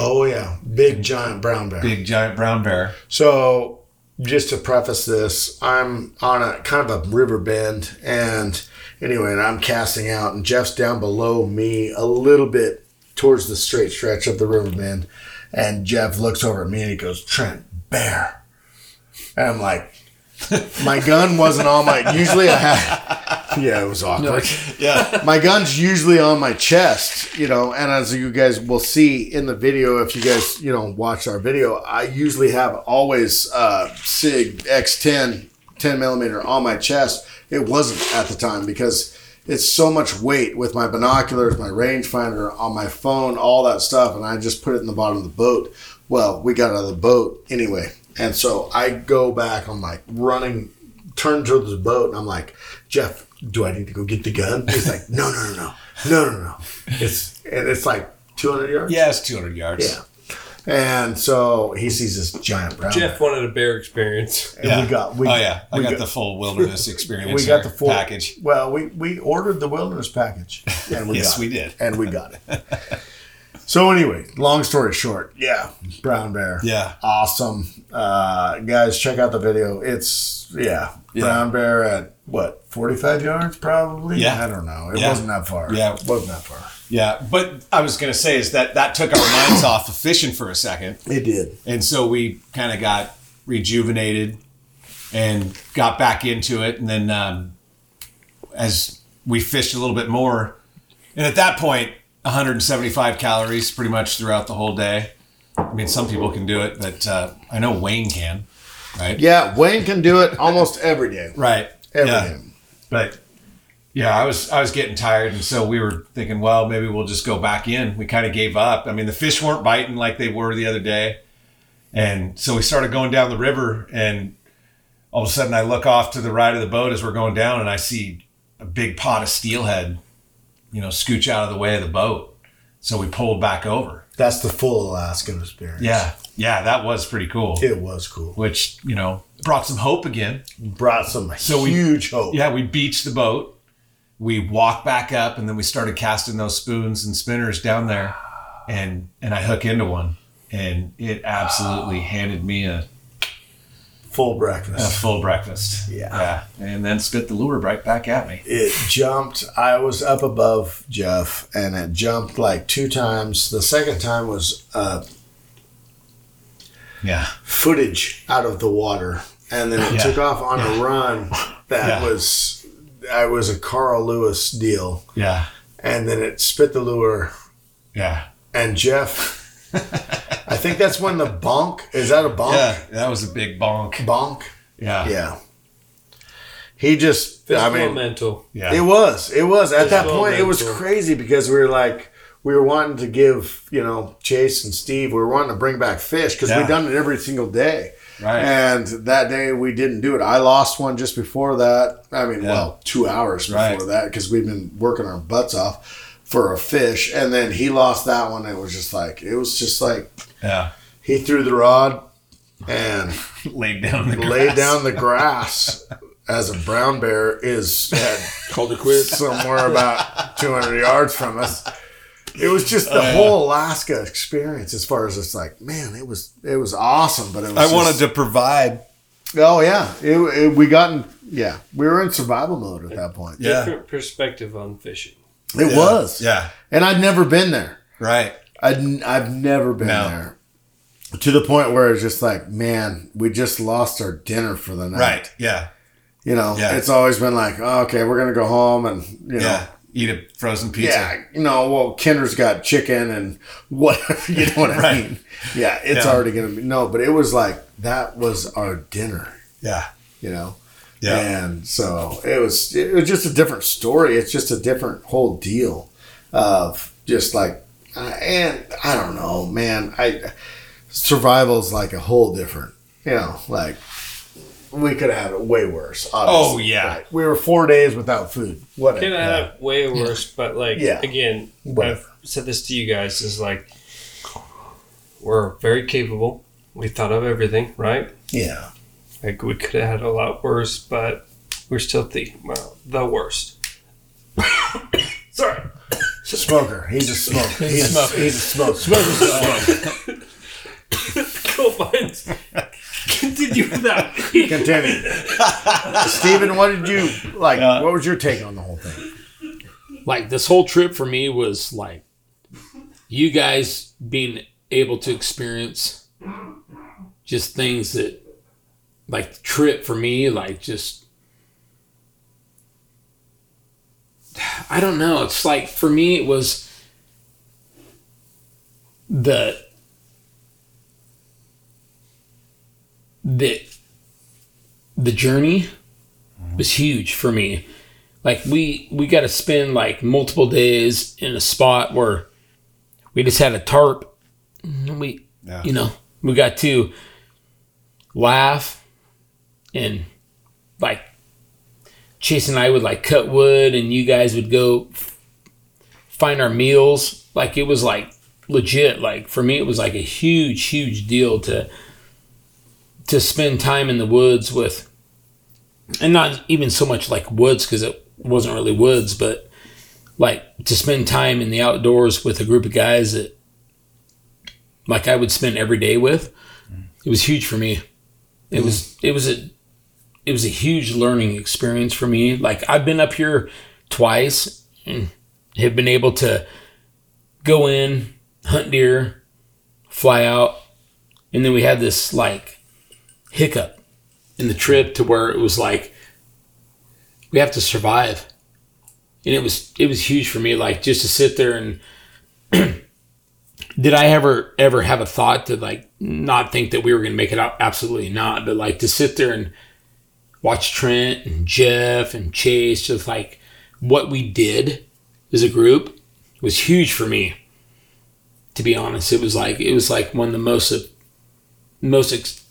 S2: Oh yeah, big giant brown bear.
S4: big giant brown bear.
S2: So just to preface this, I'm on a kind of a river bend, and anyway, and I'm casting out, and Jeff's down below me a little bit towards the straight stretch of the river bend, and Jeff looks over at me and he goes, "Trent, bear," and I'm like. my gun wasn't on my usually I had yeah it was awkward
S4: Yeah.
S2: my gun's usually on my chest, you know, and as you guys will see in the video, if you guys, you know, watch our video, I usually have always uh, SIG X10, 10 millimeter on my chest. It wasn't at the time because it's so much weight with my binoculars, my rangefinder, on my phone, all that stuff, and I just put it in the bottom of the boat. Well, we got out of the boat anyway. And so I go back, I'm like running turned to the boat and I'm like, Jeff, do I need to go get the gun? He's like, No, no, no, no, no, no, no. It's and it's like 200 yards.
S4: Yeah, it's 200 yards.
S2: Yeah. And so he sees this giant brown.
S5: Jeff
S2: bear.
S5: wanted a bear experience.
S2: and
S4: Yeah.
S2: we got we
S4: oh yeah, I
S2: we
S4: got, the full wilderness experience.
S2: we got the
S4: there,
S2: full
S4: package.
S2: Well, we we ordered the wilderness package, and we
S4: Yes,
S2: got
S4: we
S2: it.
S4: did.
S2: and we got it. so anyway, long story short, yeah, brown bear,
S4: Yeah.
S2: awesome. Uh, guys, check out the video. It's yeah,
S4: Yeah.
S2: brown bear at what forty five yards probably.
S4: Yeah.
S2: I don't know. It
S4: Yeah.
S2: wasn't that far.
S4: Yeah.
S2: it wasn't that far.
S4: Yeah, but I was gonna say is that that took our minds off of fishing for a second,
S2: It did.
S4: and so we kind of got rejuvenated and got back into it, and then um, as we fished a little bit more, and at that point, 175 calories pretty much throughout the whole day. I mean, some people can do it, but uh, I know Wayne can, right?
S2: Yeah, Wayne can do it almost every day.
S4: right.
S2: Every
S4: yeah.
S2: day.
S4: but yeah, I was I was getting tired, and so we were thinking, well, maybe we'll just go back in. We kind of gave up. I mean, the fish weren't biting like they were the other day, and so we started going down the river, and all of a sudden, I look off to the right of the boat as we're going down, and I see a big pot of steelhead, you know, scooch out of the way of the boat. So we pulled back over.
S2: That's the full Alaskan experience.
S4: Yeah, yeah, that was pretty cool.
S2: It was cool.
S4: Which you know brought some hope again.
S2: Brought some
S4: we-
S2: huge hope.
S4: Yeah, we beached the boat. We walked back up, and then we started casting those spoons and spinners down there, and and I hook into one, and it absolutely handed me a,
S2: Full
S4: a
S2: breakfast.
S4: full breakfast.
S2: Yeah.
S4: yeah, and then spit the lure right back at me.
S2: it jumped. I was up above Jeff, and it jumped like two times. The second time was uh,
S4: Yeah,
S2: footage out of the water, and then it
S4: Yeah.
S2: took off on a run that
S4: Yeah.
S2: was I was a Carl Lewis deal,
S4: yeah,
S2: and then it spit the lure,
S4: yeah,
S2: and Jeff. I think that's when the bonk is that a bonk
S4: yeah. That was a big bonk.
S2: bonk
S4: Yeah,
S2: yeah. He just
S5: Physical
S2: I mean
S5: and mental.
S4: yeah,
S2: It was. It was. At that
S5: well
S2: point, it was
S5: mental.
S2: crazy because we were like, we were wanting to give, you know, Chase and Steve, we were wanting to bring back fish because
S4: Yeah.
S2: we'd done it every single day.
S4: Right.
S2: And that day we didn't do it. I lost one just before that. I mean,
S4: Yeah.
S2: well, two hours before
S4: Right.
S2: that because we'd been working our butts off for a fish. And then he lost that one. It was just like, it was just like,
S4: yeah.
S2: he threw the rod and
S4: Laid down the
S2: laid
S4: grass.
S2: down the grass as a brown bear is had called it quits somewhere about 200 yards from us. It was just
S4: Uh,
S2: the whole Alaska experience as far as it's like, man, it was it was awesome, but it was
S4: I
S2: just-
S4: wanted to provide
S2: Oh yeah, it, it, we got in, yeah, we were in survival mode at that point.
S4: Yeah.
S5: Different perspective on fishing.
S2: It was,
S4: Yeah.
S2: and I'd never been there.
S4: Right.
S2: I'd, n- I've never been
S4: No.
S2: there to the point where it's just like, man, we just lost our dinner for the night.
S4: Right. Yeah.
S2: You know,
S4: Yeah.
S2: it's always been like, oh, okay, we're gonna go home and you know,
S4: Yeah. Eat a frozen pizza.
S2: yeah, you know, well, Kinder's got chicken and whatever. You know what I
S4: Right.
S2: mean? Yeah, it's
S4: Yeah.
S2: already gonna be no, but it was like that was our dinner.
S4: Yeah.
S2: You know.
S4: Yeah.
S2: And so it was it was just a different story. It's just a different whole deal of just like uh, and I don't know, man. I survival's like a whole different, you know, like we could have had it way worse. Obviously.
S4: Oh, yeah.
S2: Right. we were four days without food. What?
S5: Could have had it way worse, but like
S2: Yeah.
S5: again,
S2: Whatever.
S5: I've said this to you guys is like we're very capable. We thought of everything, right?
S2: Yeah,
S5: Like we could have had a lot worse, but we're still the well, the worst. Sorry.
S2: smoker. He's a smoker. He's, a
S3: smoker.
S2: He's a smoker.
S5: Go find continue with that.
S2: Continue. Steven, what did you like?
S4: Yeah.
S2: what was your take on the whole thing?
S3: Like this whole trip for me was like you guys being able to experience just things that like the trip for me, like just I don't know. It's like for me it was the the the journey was huge for me like we we got to spend like multiple days in a spot where we just had a tarp and we
S4: Yeah.
S3: you know we got to laugh and like chase and i would like cut wood and you guys would go f- find our meals like it was like legit like for me it was like a huge huge deal to to spend time in the woods with and not even so much like woods because it wasn't really woods, but like to spend time in the outdoors with a group of guys that like I would spend every day with. It was huge for me. It was it was a it was a huge learning experience for me. Like I've been up here twice and have been able to go in, hunt deer, fly out, and then we had this like hiccup in the trip to where it was like we have to survive and it was it was huge for me like just to sit there and did i ever ever have a thought to like not think that we were going to make it out absolutely not but like to sit there and watch trent and jeff and chase just like what we did as a group was huge for me to be honest it was like it was like one of the most most ex-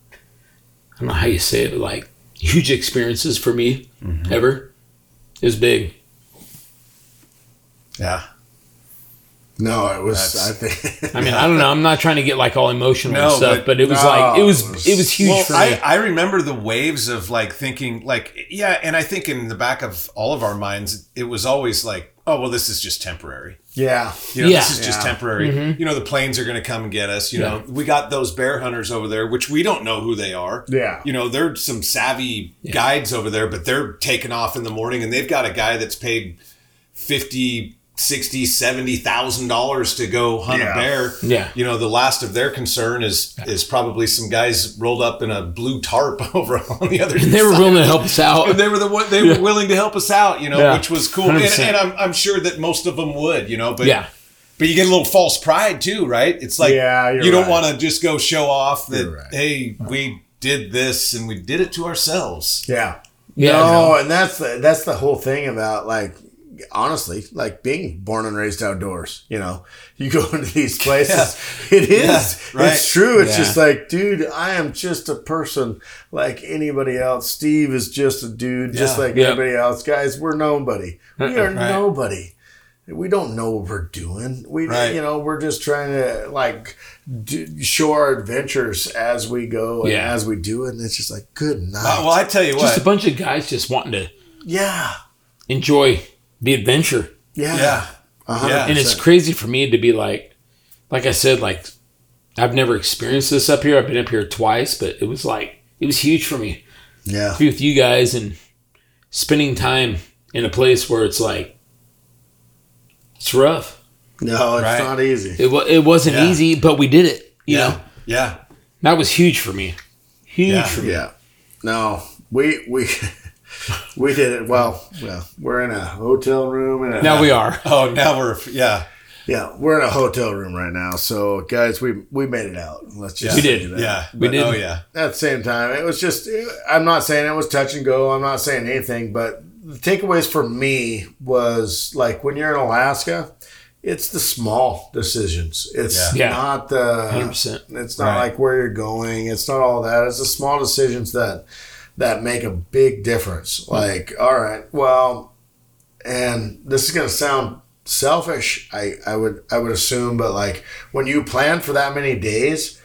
S3: I don't know how you say it, but like huge experiences for me
S4: Mm-hmm.
S3: ever. It was big.
S4: Yeah.
S2: No, it was.
S4: That's-
S2: I think
S3: I mean, I don't know. I'm not trying to get like all emotional and
S4: No,
S3: stuff,
S4: but-
S3: but, it was
S2: no,
S3: like it
S2: it was-
S3: was it was huge
S4: well,
S3: for me.
S4: I, I remember the waves of like thinking like yeah, and I think in the back of all of our minds, it was always like, oh well, this is just temporary.
S2: yeah.
S4: You know,
S3: Yeah. Mm-hmm.
S4: this is just
S2: Yeah.
S4: temporary. You know, the planes are going to come and get us. You
S3: Yeah.
S4: know, we got those bear hunters over there, which we don't know who they are.
S2: Yeah.
S4: You know, they're some savvy guides over there, but they're taking off in the morning and they've got a guy that's paid 50, 60, 70,000 dollars to go hunt
S2: Yeah.
S4: a bear.
S3: Yeah.
S4: You know, the last of their concern is is probably some guys rolled up in a blue tarp over on the other
S3: they were
S4: side.
S3: willing to help us out.
S4: And they were the one, they were willing to help us out, you know,
S3: Yeah.
S4: which was cool. And,
S3: 100%.
S4: and I'm, I'm sure that most of them would, you know, but
S3: yeah.
S4: but you get a little false pride too, right? It's like
S2: Yeah, you're
S4: you don't
S2: right.
S4: want to just go show off that
S2: You're right.
S4: hey, we did this and we did it to ourselves.
S2: Yeah.
S3: Yeah.
S2: no, and that's the, that's the whole thing about like honestly, like being born and raised outdoors. You know, you go into these places, it is,
S4: Yeah, right.
S2: it's true. It's
S3: Yeah.
S2: just like, dude, I am just a person like anybody else. Steve is just a dude, just
S4: Yeah. Uh-uh,
S2: like
S3: Yep.
S2: anybody else. Guys, we're nobody. We are
S4: Right.
S2: nobody. We don't know what we're doing. We,
S4: Right.
S2: you know, we're just trying to like do, show our adventures as we go and
S3: Yeah.
S2: as we do it. And it's just like, good night.
S4: Uh, well, I tell you
S3: Just a
S4: what.
S3: bunch of guys just wanting to
S2: yeah.
S3: enjoy the adventure.
S2: Yeah. Uh-huh.
S4: Yeah.
S2: A hundred
S4: Yeah.
S3: And it's crazy for me to be like like I said, like I've never experienced this up here. I've been up here twice, but it was like it was huge for me
S2: Yeah.
S3: to be with you guys and spending time in a place where it's like it's rough.
S2: No, it's
S4: Right.
S2: not easy.
S3: It wa- it wasn't
S4: Yeah.
S3: easy, but we did it. You
S4: yeah.
S3: know,
S4: Yeah.
S3: that was huge for me. Huge
S4: Yeah.
S3: for me.
S2: Yeah. No, we we we did it. Well, well, we're in a hotel room and a,
S3: Now we are.
S4: Oh, now we're yeah.
S2: yeah, we're in a hotel room right now. So guys, we we made it out. Let's just
S3: We
S2: say
S3: did.
S2: that.
S4: Yeah.
S3: We did.
S4: Oh yeah.
S2: At the same time, it was just. I'm not saying it was touch and go. I'm not saying anything, but the takeaways for me was like when you're in Alaska, it's the small decisions. It's
S3: Yeah. Yeah.
S2: not the
S3: 100%.
S2: It's not
S4: Right.
S2: like where you're going. It's not all that. It's the small decisions that that make a big difference. Like, all right, well, and this is gonna sound selfish. I I would I would assume, but like when you plan for that many days,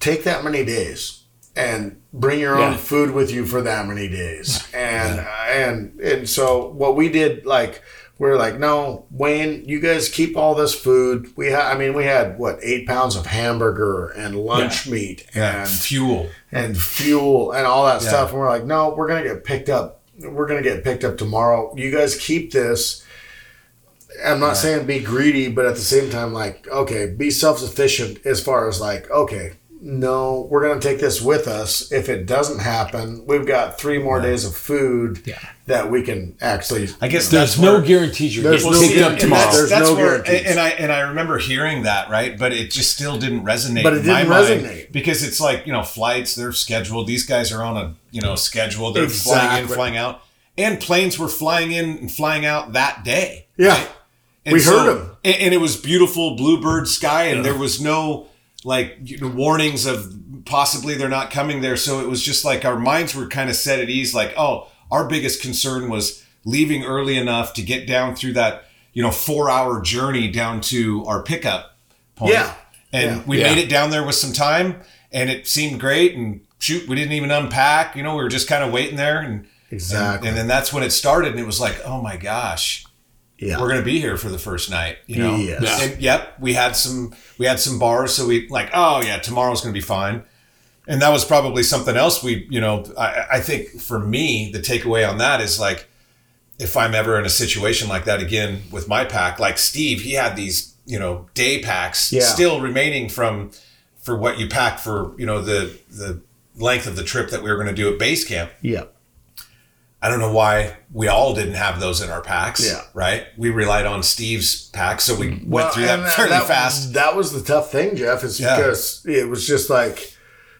S2: take that many days and bring your
S3: Yeah.
S2: own food with you for that many days. And and and so what we did like we are like, no, Wayne, you guys keep all this food. We had, I mean, we had what eight pounds of hamburger and lunch meat
S4: Yeah.
S2: and
S4: Fuel.
S2: and fuel and all that
S4: Yeah.
S2: stuff. And we're like, no, we're gonna get picked up. We're gonna get picked up tomorrow. You guys keep this. I'm not saying be greedy, but at the same time, like, okay, be self sufficient as far as like, okay, no, we're gonna take this with us. If it doesn't happen, we've got three more days of food
S3: Yeah.
S2: that we can actually.
S4: I guess
S3: There's
S4: that's
S3: no
S4: where-
S3: guarantees you're
S2: There's no
S3: getting picked up
S2: guarantee.
S3: tomorrow.
S4: That's,
S2: There's
S4: that's
S2: no
S4: where,
S2: guarantees.
S4: and I and I remember hearing that right, but it just still didn't resonate.
S2: But it
S4: in my
S2: didn't
S4: mind
S2: resonate.
S4: because it's like you know flights they're scheduled. These guys are on a you know schedule. They're flying in,
S2: Exactly.
S4: flying out, and planes were flying in and flying out that day.
S2: Yeah.
S4: right? And
S2: We heard 'em.
S4: and, and it was beautiful bluebird sky, and there was no like you know, warnings of possibly they're not coming there. So it was just like our minds were kind of set at ease. Like, oh, our biggest concern was leaving early enough to get down through that you know four hour journey down to our pickup point.
S2: Yeah.
S4: and
S2: Yeah.
S4: we
S3: Yeah.
S4: made it down there with some time, and it seemed great. And shoot, we didn't even unpack. You know, we were just kind of waiting there, and
S2: Exactly.
S4: and then that's when it started, and it was like, oh my gosh
S2: yeah.
S4: we're gonna be here for the first night you know
S2: Yes.
S3: Yeah.
S4: and yep we had some we had some bars so we like oh yeah tomorrow's gonna be fine and that was probably something else we you know i, I think for me the takeaway on that is like if i'm ever in a situation like that again with my pack like steve he had these you know day packs
S2: Yeah.
S4: still remaining from for what you packed for you know the the length of the trip that we were going to do at base camp
S2: yeah.
S4: I don't know why we all didn't have those in our packs.
S2: Yeah.
S4: Right. We relied on Steve's pack, so
S3: Mm.
S4: we
S2: Well,
S4: went through that
S2: and, uh,
S4: fairly
S2: that-
S4: fast.
S2: That was the tough thing, Jeff, is
S4: Yeah.
S2: because it was just like,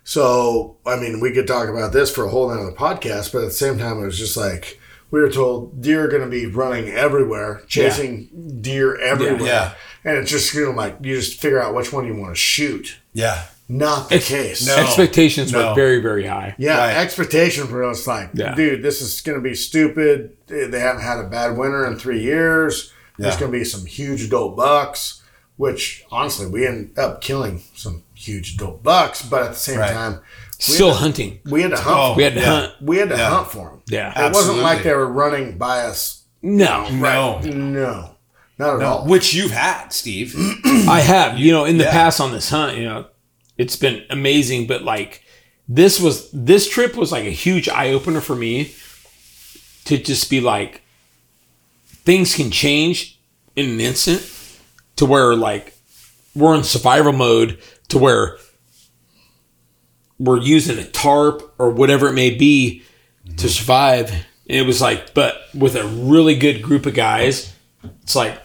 S2: so, I mean, we could talk about this for a whole nother podcast, but at the same time, it was just like, we were told deer are going to be running everywhere, chasing deer everywhere.
S4: Yeah.
S2: And it's just, you know, like, you just figure out which one you want to shoot.
S4: Yeah.
S2: Not the case.
S4: no.
S3: Expectations were
S4: No.
S3: very, very high.
S2: Yeah,
S4: Right.
S2: expectation for us like,
S3: Yeah.
S2: dude, this is going to be stupid. They they haven't had a bad winter in three years. There's
S4: Yeah.
S2: going to be some huge adult bucks, which honestly, we ended up killing some huge adult bucks. But at the same
S4: Right.
S2: time,
S3: Still hunting.
S2: we had to hunt.
S4: Oh,
S2: for
S3: We had to
S4: Yeah.
S3: hunt.
S2: We had to
S4: Yeah.
S2: hunt for them.
S3: Yeah.
S2: it wasn't
S4: Absolutely.
S2: like they were running by us.
S3: No,
S4: No.
S2: No, not at all.
S4: Which you've had, Steve.
S3: I have. You know, in the
S4: Yeah.
S3: past on this hunt, you know, it's been amazing. But like, this was this trip was like a huge eye opener for me to just be like, things can change in an instant to where like we're in survival mode to where we're using a tarp or whatever it may be to survive. And it was like, but with a really good group of guys, it's like,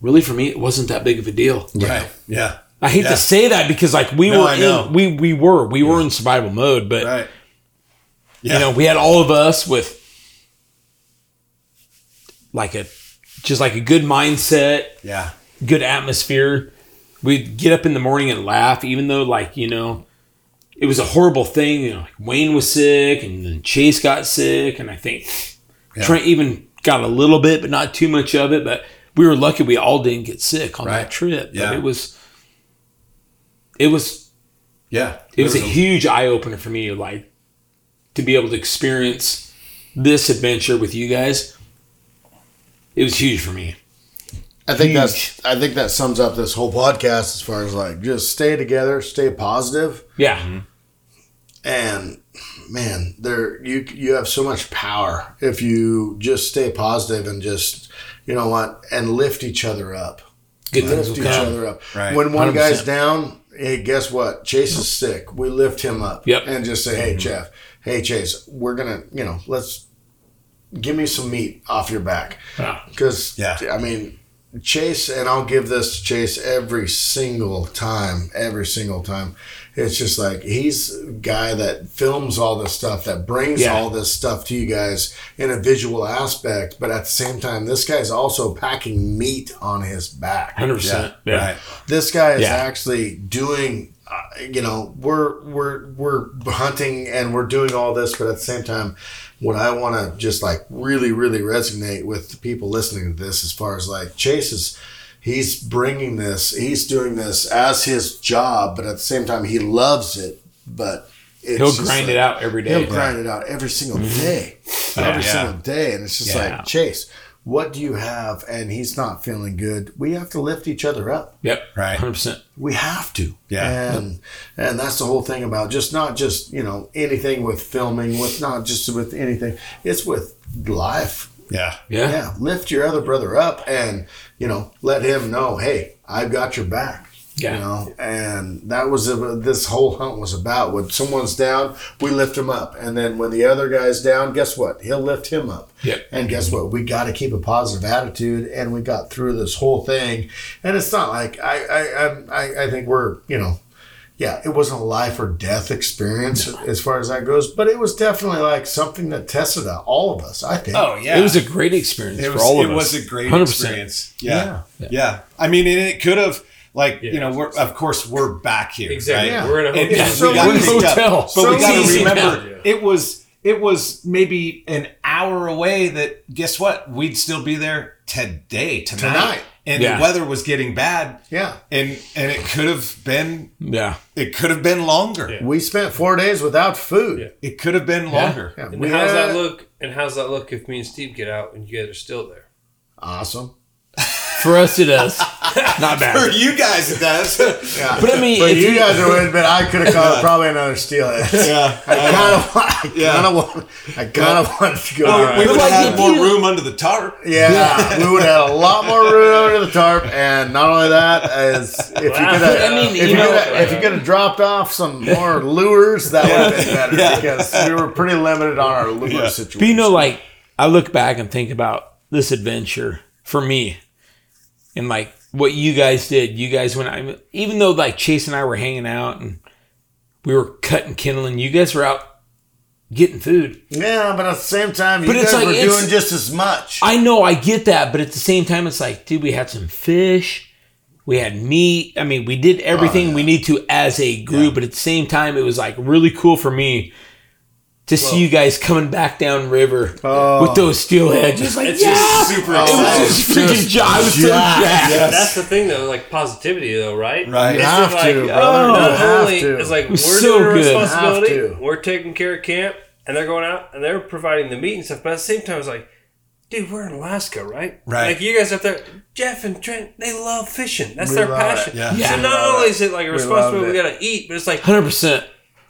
S3: really for me, it wasn't that big of a deal.
S4: Right. Yeah.
S3: I hate
S4: Yeah.
S3: to say that because like we
S4: No,
S3: were
S4: I know.
S3: in, we we were we were in survival mode, but
S4: Right.
S3: you know we had all of us with like a just like a good mindset,
S4: Yeah.
S3: good atmosphere. We'd get up in the morning and laugh, even though like you know it was a horrible thing. You know, like Wayne was sick, and then Chase got sick, and I think Trent even got a little bit, but not too much of it. But we were lucky; we all didn't get sick on that
S4: Right.
S3: trip.
S4: Yeah.
S3: But it was it was
S4: Yeah.
S3: it was a huge eye opener for me, like to be able to experience this adventure with you guys. It was huge for me.
S2: I think that's I think that sums up this whole podcast as far as like just stay together, stay positive,
S3: Yeah.
S2: and man, there you you have so much power if you just stay positive and just you know what and lift each other up.
S3: Good things
S2: lift
S3: will
S2: each
S3: come.
S2: other up.
S4: Right.
S2: When one
S3: 100%.
S2: guy's down, hey, guess what? Chase is sick. We lift him up.
S3: Yep.
S2: And just say,
S4: Mm-hmm.
S2: hey, Jeff, hey, Chase, we're gonna, you know, let's give me some meat off your back
S3: Ah,
S2: because
S4: Yeah.
S2: I mean. Chase and I'll give this to Chase every single time, every single time. It's just like he's a guy that films all this stuff, that brings
S3: Yeah.
S2: all this stuff to you guys in a visual aspect, but at the same time, this guy's also packing meat on his back
S3: 100%. Yeah.
S4: Right.
S2: this guy is
S3: Yeah.
S2: actually doing uh, you know we're we're we're hunting and we're doing all this but at the same time what i want to just like really really resonate with the people listening to this as far as like chase is he's bringing this he's doing this as his job but at the same time he loves it but it's
S3: He'll
S2: just
S3: grind
S2: like-
S3: it out every day. Mm-hmm.
S2: He'll grind it out every single day, every
S4: Yeah.
S2: single day, and it's just
S3: Yeah.
S2: like Chase. What do you have? And he's not feeling good. We have to lift each other up
S3: Yep.
S4: Right.
S3: 100%.
S2: we have to
S4: Yeah.
S2: and and that's the whole thing about just not just you know anything with filming with not just with anything it's with life
S4: Yeah.
S3: Yeah.
S2: yeah lift your other brother up and you know let him know hey i've got your back
S3: Yeah.
S2: you know and that was what this whole hunt was about when someone's down we lift him up and then when the other guy's down guess what he'll lift him up
S3: Yep.
S2: and guess what? We got to keep a positive attitude, and we got through this whole thing. And it's not like I, I, I'm- I, I think we're, you know, yeah, it wasn't a life or death experience as far as that goes, but it was definitely like something that tested out all of us. I think.
S4: Oh yeah.
S3: It was a great experience
S4: it
S3: for
S4: was,
S3: all of
S4: it
S3: us.
S4: was a great
S3: 100%.
S4: experience. Yeah. yeah. I mean, and it could have like, you know, we're of course we're back here.
S5: Exactly.
S4: Right?
S2: Yeah.
S5: We're in a
S4: And-
S5: hotel.
S4: and
S2: So
S4: we got
S2: we're in a
S4: picked up.
S3: hotel.
S4: But
S3: So
S4: we got to
S3: easy now.
S4: remember it was it was maybe an hour away that guess what? We'd still be there today, tonight.
S2: Tonight.
S4: And
S3: Yeah.
S4: the weather was getting bad.
S2: Yeah.
S4: And and it could have been
S3: Yeah.
S4: it could have been longer.
S2: We spent four days without food.
S4: It could have been longer.
S2: Yeah.
S5: And
S2: we
S5: how's
S2: had-
S5: that look? And how's that look if me and Steve get out and you guys are still there?
S2: Awesome.
S3: For us, it does. Not
S4: For
S3: bad.
S4: you guys it does.
S2: Yeah.
S3: But I mean,
S2: But
S3: if
S2: you guys are winning, but I could have caught probably another steelhead. I
S4: yeah.
S2: kind of,
S4: Yeah.
S2: I kind of want, I kind of wanted to go.
S4: Oh,
S2: there.
S4: We would
S3: But like
S4: have
S3: if
S4: had more
S3: you-
S4: room under the tarp.
S2: Yeah, we would have had a lot more room under the tarp, and not only that, as if you could have,
S3: I mean,
S2: if,
S3: you
S2: you
S3: know-
S2: could have, if you could have dropped off some more lures, that would have been better because we were pretty limited on our lure
S4: Yeah.
S2: situation.
S3: But you know, like I look back and think about this adventure for me, and like what you guys did. You guys went, I even though like Chase and I were hanging out and we were cutting kindling. You guys were out getting food.
S2: yeah, but at the same time, you
S3: But
S2: guys
S3: it's like
S2: were
S3: it's-
S2: doing just as much.
S3: I know I get that, but at the same time, it's like, dude, we had some fish, we had meat. I mean, we did everything we need to as a group. But at the same time, it was like really cool for me. To see you guys coming back down river with those steelhead, just like
S5: It's
S3: yeah,
S5: just
S4: Super
S2: Oh,
S3: It
S4: excited.
S3: was just freaking jaw. I was so jacked.
S5: That's the thing though, like positivity though, right?
S4: Right. You
S5: It's
S2: have
S5: just like,
S2: to, brother.
S5: not
S2: You have
S5: only
S2: to.
S5: it's like we're
S3: was so
S5: doing our
S3: good.
S2: Have
S5: responsibility,
S2: to.
S5: we're taking care of camp, and they're going out and they're providing the meat and stuff. But at the same time, it's like, dude, we're in Alaska, right?
S4: Right.
S5: Like you guys up there, Jeff and Trent, they love fishing. That's
S2: We
S5: their
S2: love
S5: passion.
S2: it.
S4: Yeah.
S3: Yeah.
S5: So
S3: We
S5: not
S2: love
S5: only
S2: it.
S5: is it like a
S2: We love
S5: responsibility we
S2: it.
S5: gotta eat, but it's like
S3: Hundred percent.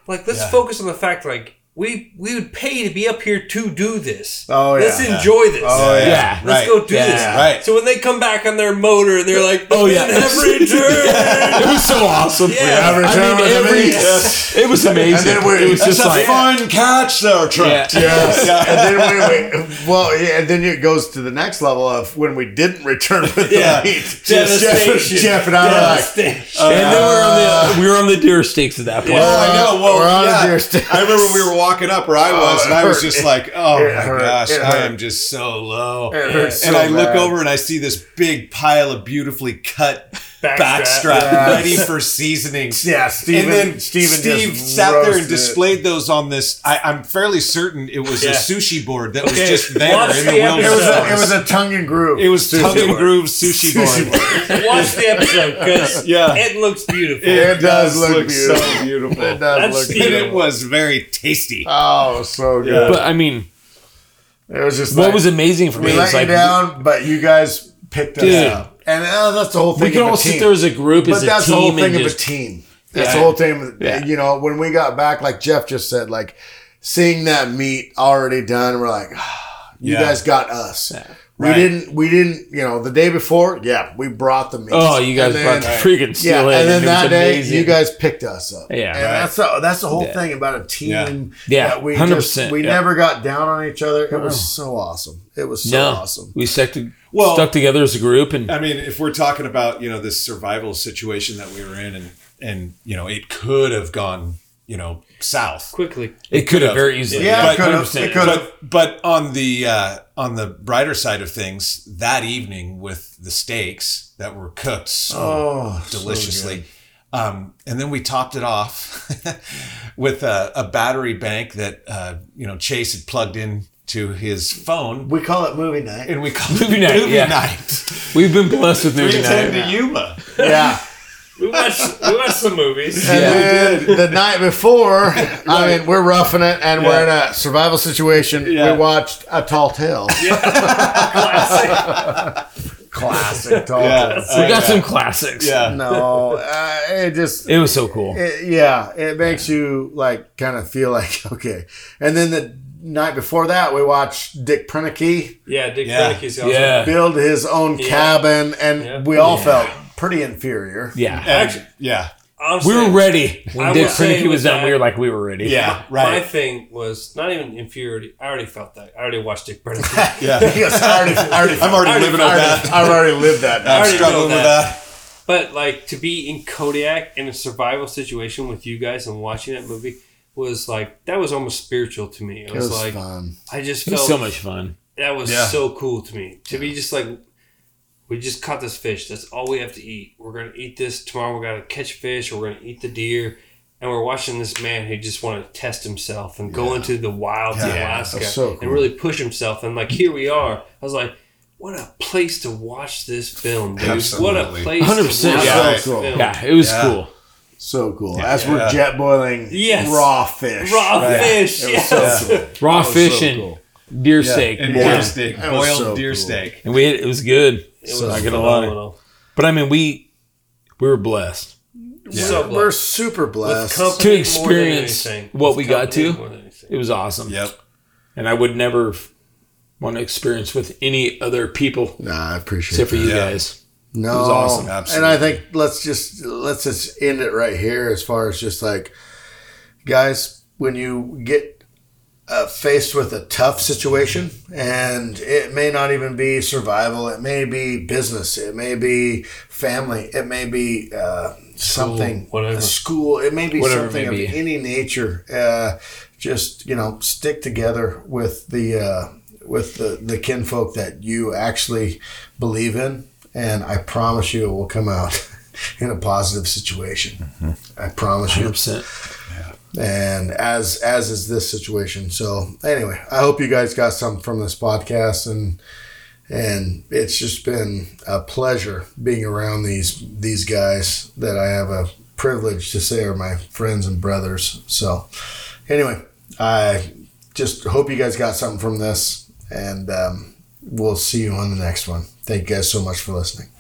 S5: like let's focus on the fact like we we would pay to be up here to do this.
S2: Oh, yeah.
S5: Let's enjoy this.
S2: Oh, yeah.
S3: Yeah.
S4: Right.
S5: Let's go do
S3: Yeah.
S5: this.
S4: Right.
S5: So when they come back on their motor and they're like,
S3: Oh, yeah.
S5: every turn.
S3: It was so awesome.
S5: Yeah.
S2: Every
S3: I
S2: time
S3: mean,
S2: with the
S3: every-
S2: meat.
S3: It was amazing.
S2: And then we-
S3: it was
S4: That's
S3: just
S4: a
S3: like
S4: fun catch there, Trent.
S3: Yeah.
S2: Yes. and then we, we well, yeah, and then it goes to the next level of when we didn't return with the
S4: Yeah.
S2: meat. Jeff,
S5: Devastation.
S2: Jeff and I were like,
S3: and then we were on the we were on the deer stakes at that
S4: Oh,
S3: point.
S4: I know. Well,
S2: We're on a
S4: yeah.
S2: deer stand.
S4: I remember we were walking up, or I was,
S2: Oh, it
S4: and I was
S2: hurt.
S4: just like, "Oh
S2: It
S4: my
S2: hurt.
S4: gosh,
S2: It
S4: I
S2: hurt.
S4: am just so low."
S2: It
S4: And
S2: hurts so
S4: I look
S2: bad.
S4: over and I see this big pile of beautifully cut
S5: Backstrap.
S4: backstrap,
S2: Yeah.
S4: ready for seasoning.
S2: yeah, Steven,
S4: and then
S2: Steven
S4: Steve
S2: just
S4: sat there
S2: roasted
S4: and
S2: it.
S4: displayed those on this. I, I'm fairly certain it was a
S5: Yeah.
S4: sushi board that was
S5: Okay.
S4: just there
S5: Watch
S4: in
S5: the
S4: the
S2: It
S5: episode.
S2: was, a, it
S4: wilderness.
S2: was a tongue and groove.
S4: It was tongue and groove sushi
S2: Sushi
S4: board.
S5: Watch the episode because
S4: Yeah.
S5: it looks beautiful.
S2: It does look, beautiful.
S4: so beautiful.
S2: It
S4: and
S2: does
S5: That's
S2: look
S5: Steven.
S4: it
S2: beautiful.
S4: was very tasty.
S2: Oh, so good.
S3: But I mean,
S2: It was just
S3: what
S2: like,
S3: was amazing for
S2: we
S3: me
S2: let
S3: was
S2: you
S3: like
S2: down, but you guys picked us
S3: Dude.
S2: up. and uh, that's the whole thing.
S3: We can
S2: of a
S3: all
S2: team.
S3: sit there as a group,
S2: but
S3: as a
S2: that's the whole
S3: team,
S2: thing
S3: and
S2: of
S3: just
S2: a team. That's
S3: Yeah.
S2: the whole thing.
S3: Yeah.
S2: You know, when we got back, like Jeff just said, like seeing that meet already done, we're like, "Ah, you
S4: Yeah.
S2: guys got us. We
S4: Right.
S2: didn't. We didn't. You know, the day before, yeah, we brought the meat.
S3: oh, you guys
S2: And
S3: brought the
S2: then-
S3: freaking
S2: yeah, and
S3: steel in, and,
S2: then that
S3: it was
S2: day,
S3: amazing.
S2: you guys picked us up.
S3: Yeah.
S2: and
S4: Right.
S2: that's the that's the whole
S3: Yeah.
S2: thing about a team.
S3: Yeah.
S2: that we
S3: 100%,
S2: just- We
S3: yeah.
S2: never got down on each other. It was so awesome. It was so
S3: no,
S2: awesome.
S3: we stuck to,
S4: Well-
S3: stuck together as a group, and
S4: I mean, if we're talking about you know this survival situation that we were in, and and you know it could have gone you know south,
S5: Quickly.
S3: it could have
S4: have.
S3: very easily.
S2: Yeah,
S4: But-
S2: it could have.
S3: 100%.
S2: It could have.
S4: but but on the uh, on the brighter side of things, that evening with the steaks that were cooked so
S2: Oh, so
S4: deliciously, um, and then we topped it off with a, a battery bank that uh, you know Chase had plugged in to his phone,
S2: We call it movie night.
S4: and we called it
S3: Movie night,
S4: Movie
S3: yeah.
S4: night.
S3: We've been blessed with movie
S4: We came
S3: night.
S4: to Yuma.
S2: yeah.
S5: We watched, we watched some movies.
S2: And
S3: Yeah.
S2: then the night before, I mean, we're roughing it and we're in a survival situation.
S4: Yeah.
S2: We watched A Tall Tale.
S5: Classic.
S2: Classic Tall
S4: Yeah.
S3: We got
S4: Yeah.
S3: some classics.
S4: Yeah.
S2: No, uh, it just,
S3: It was so cool.
S2: it, yeah, it makes you like kind of feel like, okay. And then the night before that, we watched Dick Prinicky
S5: Yeah, Dick
S4: Yeah.
S5: Branicki's awesome.
S3: Yeah.
S2: build his own
S5: Yeah.
S2: cabin and
S5: Yeah.
S2: we all felt pretty inferior.
S3: Yeah.
S4: And-
S5: Actually-
S4: yeah.
S5: Honestly,
S3: We were ready. When
S5: I
S3: Dick
S5: will say
S3: Frenicky was
S5: with
S3: done, we
S5: that-
S3: were like, we were ready.
S4: Yeah.
S5: My
S4: Right.
S5: thing was not even inferiority. I already felt that. I already watched Dick Branicki.
S4: Yeah.
S2: Yes, I already, I already,
S4: I'm already
S2: I
S4: living on
S2: already-
S4: that.
S2: I've already lived that.
S4: I'm
S5: already know
S4: struggling with
S5: that.
S4: that.
S5: But like to be in Kodiak in a survival situation with you guys and watching that movie was like that was almost spiritual to me. It
S2: It
S5: was,
S2: was
S5: like
S2: fun.
S5: I just
S3: It was
S5: felt
S3: so much fun.
S5: that was
S4: Yeah.
S5: so cool to me. To be just like we just caught this fish. That's all we have to eat. We're gonna eat this tomorrow. We're gonna catch fish. Or we're gonna eat the deer. And we're watching this man who just wanted to test himself and go into the wilds of
S4: Yeah,
S5: Alaska
S2: that's so cool.
S5: and really push himself. And like here we are. I was like, what a place to watch this film, dude. What a
S4: Absolutely.
S5: place.
S3: 100%.
S5: To watch
S4: Yeah.
S5: this
S2: So cool.
S5: film.
S3: Yeah, it was
S4: Yeah.
S3: cool.
S2: So cool. As we're
S4: Yeah.
S2: jet boiling
S5: Yes.
S2: raw fish.
S5: Raw fish.
S2: It was
S5: Yes.
S2: so cool.
S3: Raw
S2: That was
S3: fish
S2: so
S3: and
S2: cool.
S3: deer steak.
S4: And
S3: Yeah.
S4: deer steak,
S2: That was
S4: boiled
S2: so
S4: deer
S2: cool.
S4: steak.
S3: And we it was good.
S5: It
S3: So
S5: was
S3: I get a lot.
S5: phenomenal.
S3: But I mean, we we were blessed
S5: So
S2: We're
S5: blessed.
S2: super blessed.
S5: company
S3: to
S5: more than
S3: experience
S5: anything.
S3: what
S5: With
S3: we got
S5: company more
S3: to.
S5: than anything.
S3: It was awesome.
S4: Yep.
S3: And I would never want to experience with any other people
S2: nah, I appreciate
S3: except for you
S4: Yeah.
S3: guys.
S2: No,
S3: was awesome.
S2: And I think let's just let's just end it right here as far as just like guys, when you get uh, faced with a tough situation, and it may not even be survival, it may be business, it may be family, it may be uh, something,
S5: whatever.
S2: school, it may be
S3: Whatever it
S2: something
S3: may
S2: of
S3: be.
S2: any nature. Uh, just you know, stick together with the. Uh, with the, the kinfolk that you actually believe in, and I promise you it will come out in a positive situation.
S3: Mm-hmm.
S2: I promise you.
S3: 100%.
S2: And as as is this situation. So anyway, I hope you guys got something from this podcast and and it's just been a pleasure being around these these guys that I have a privilege to say are my friends and brothers. So anyway, I just hope you guys got something from this and um, we'll see you on the next one. Thank you guys so much for listening.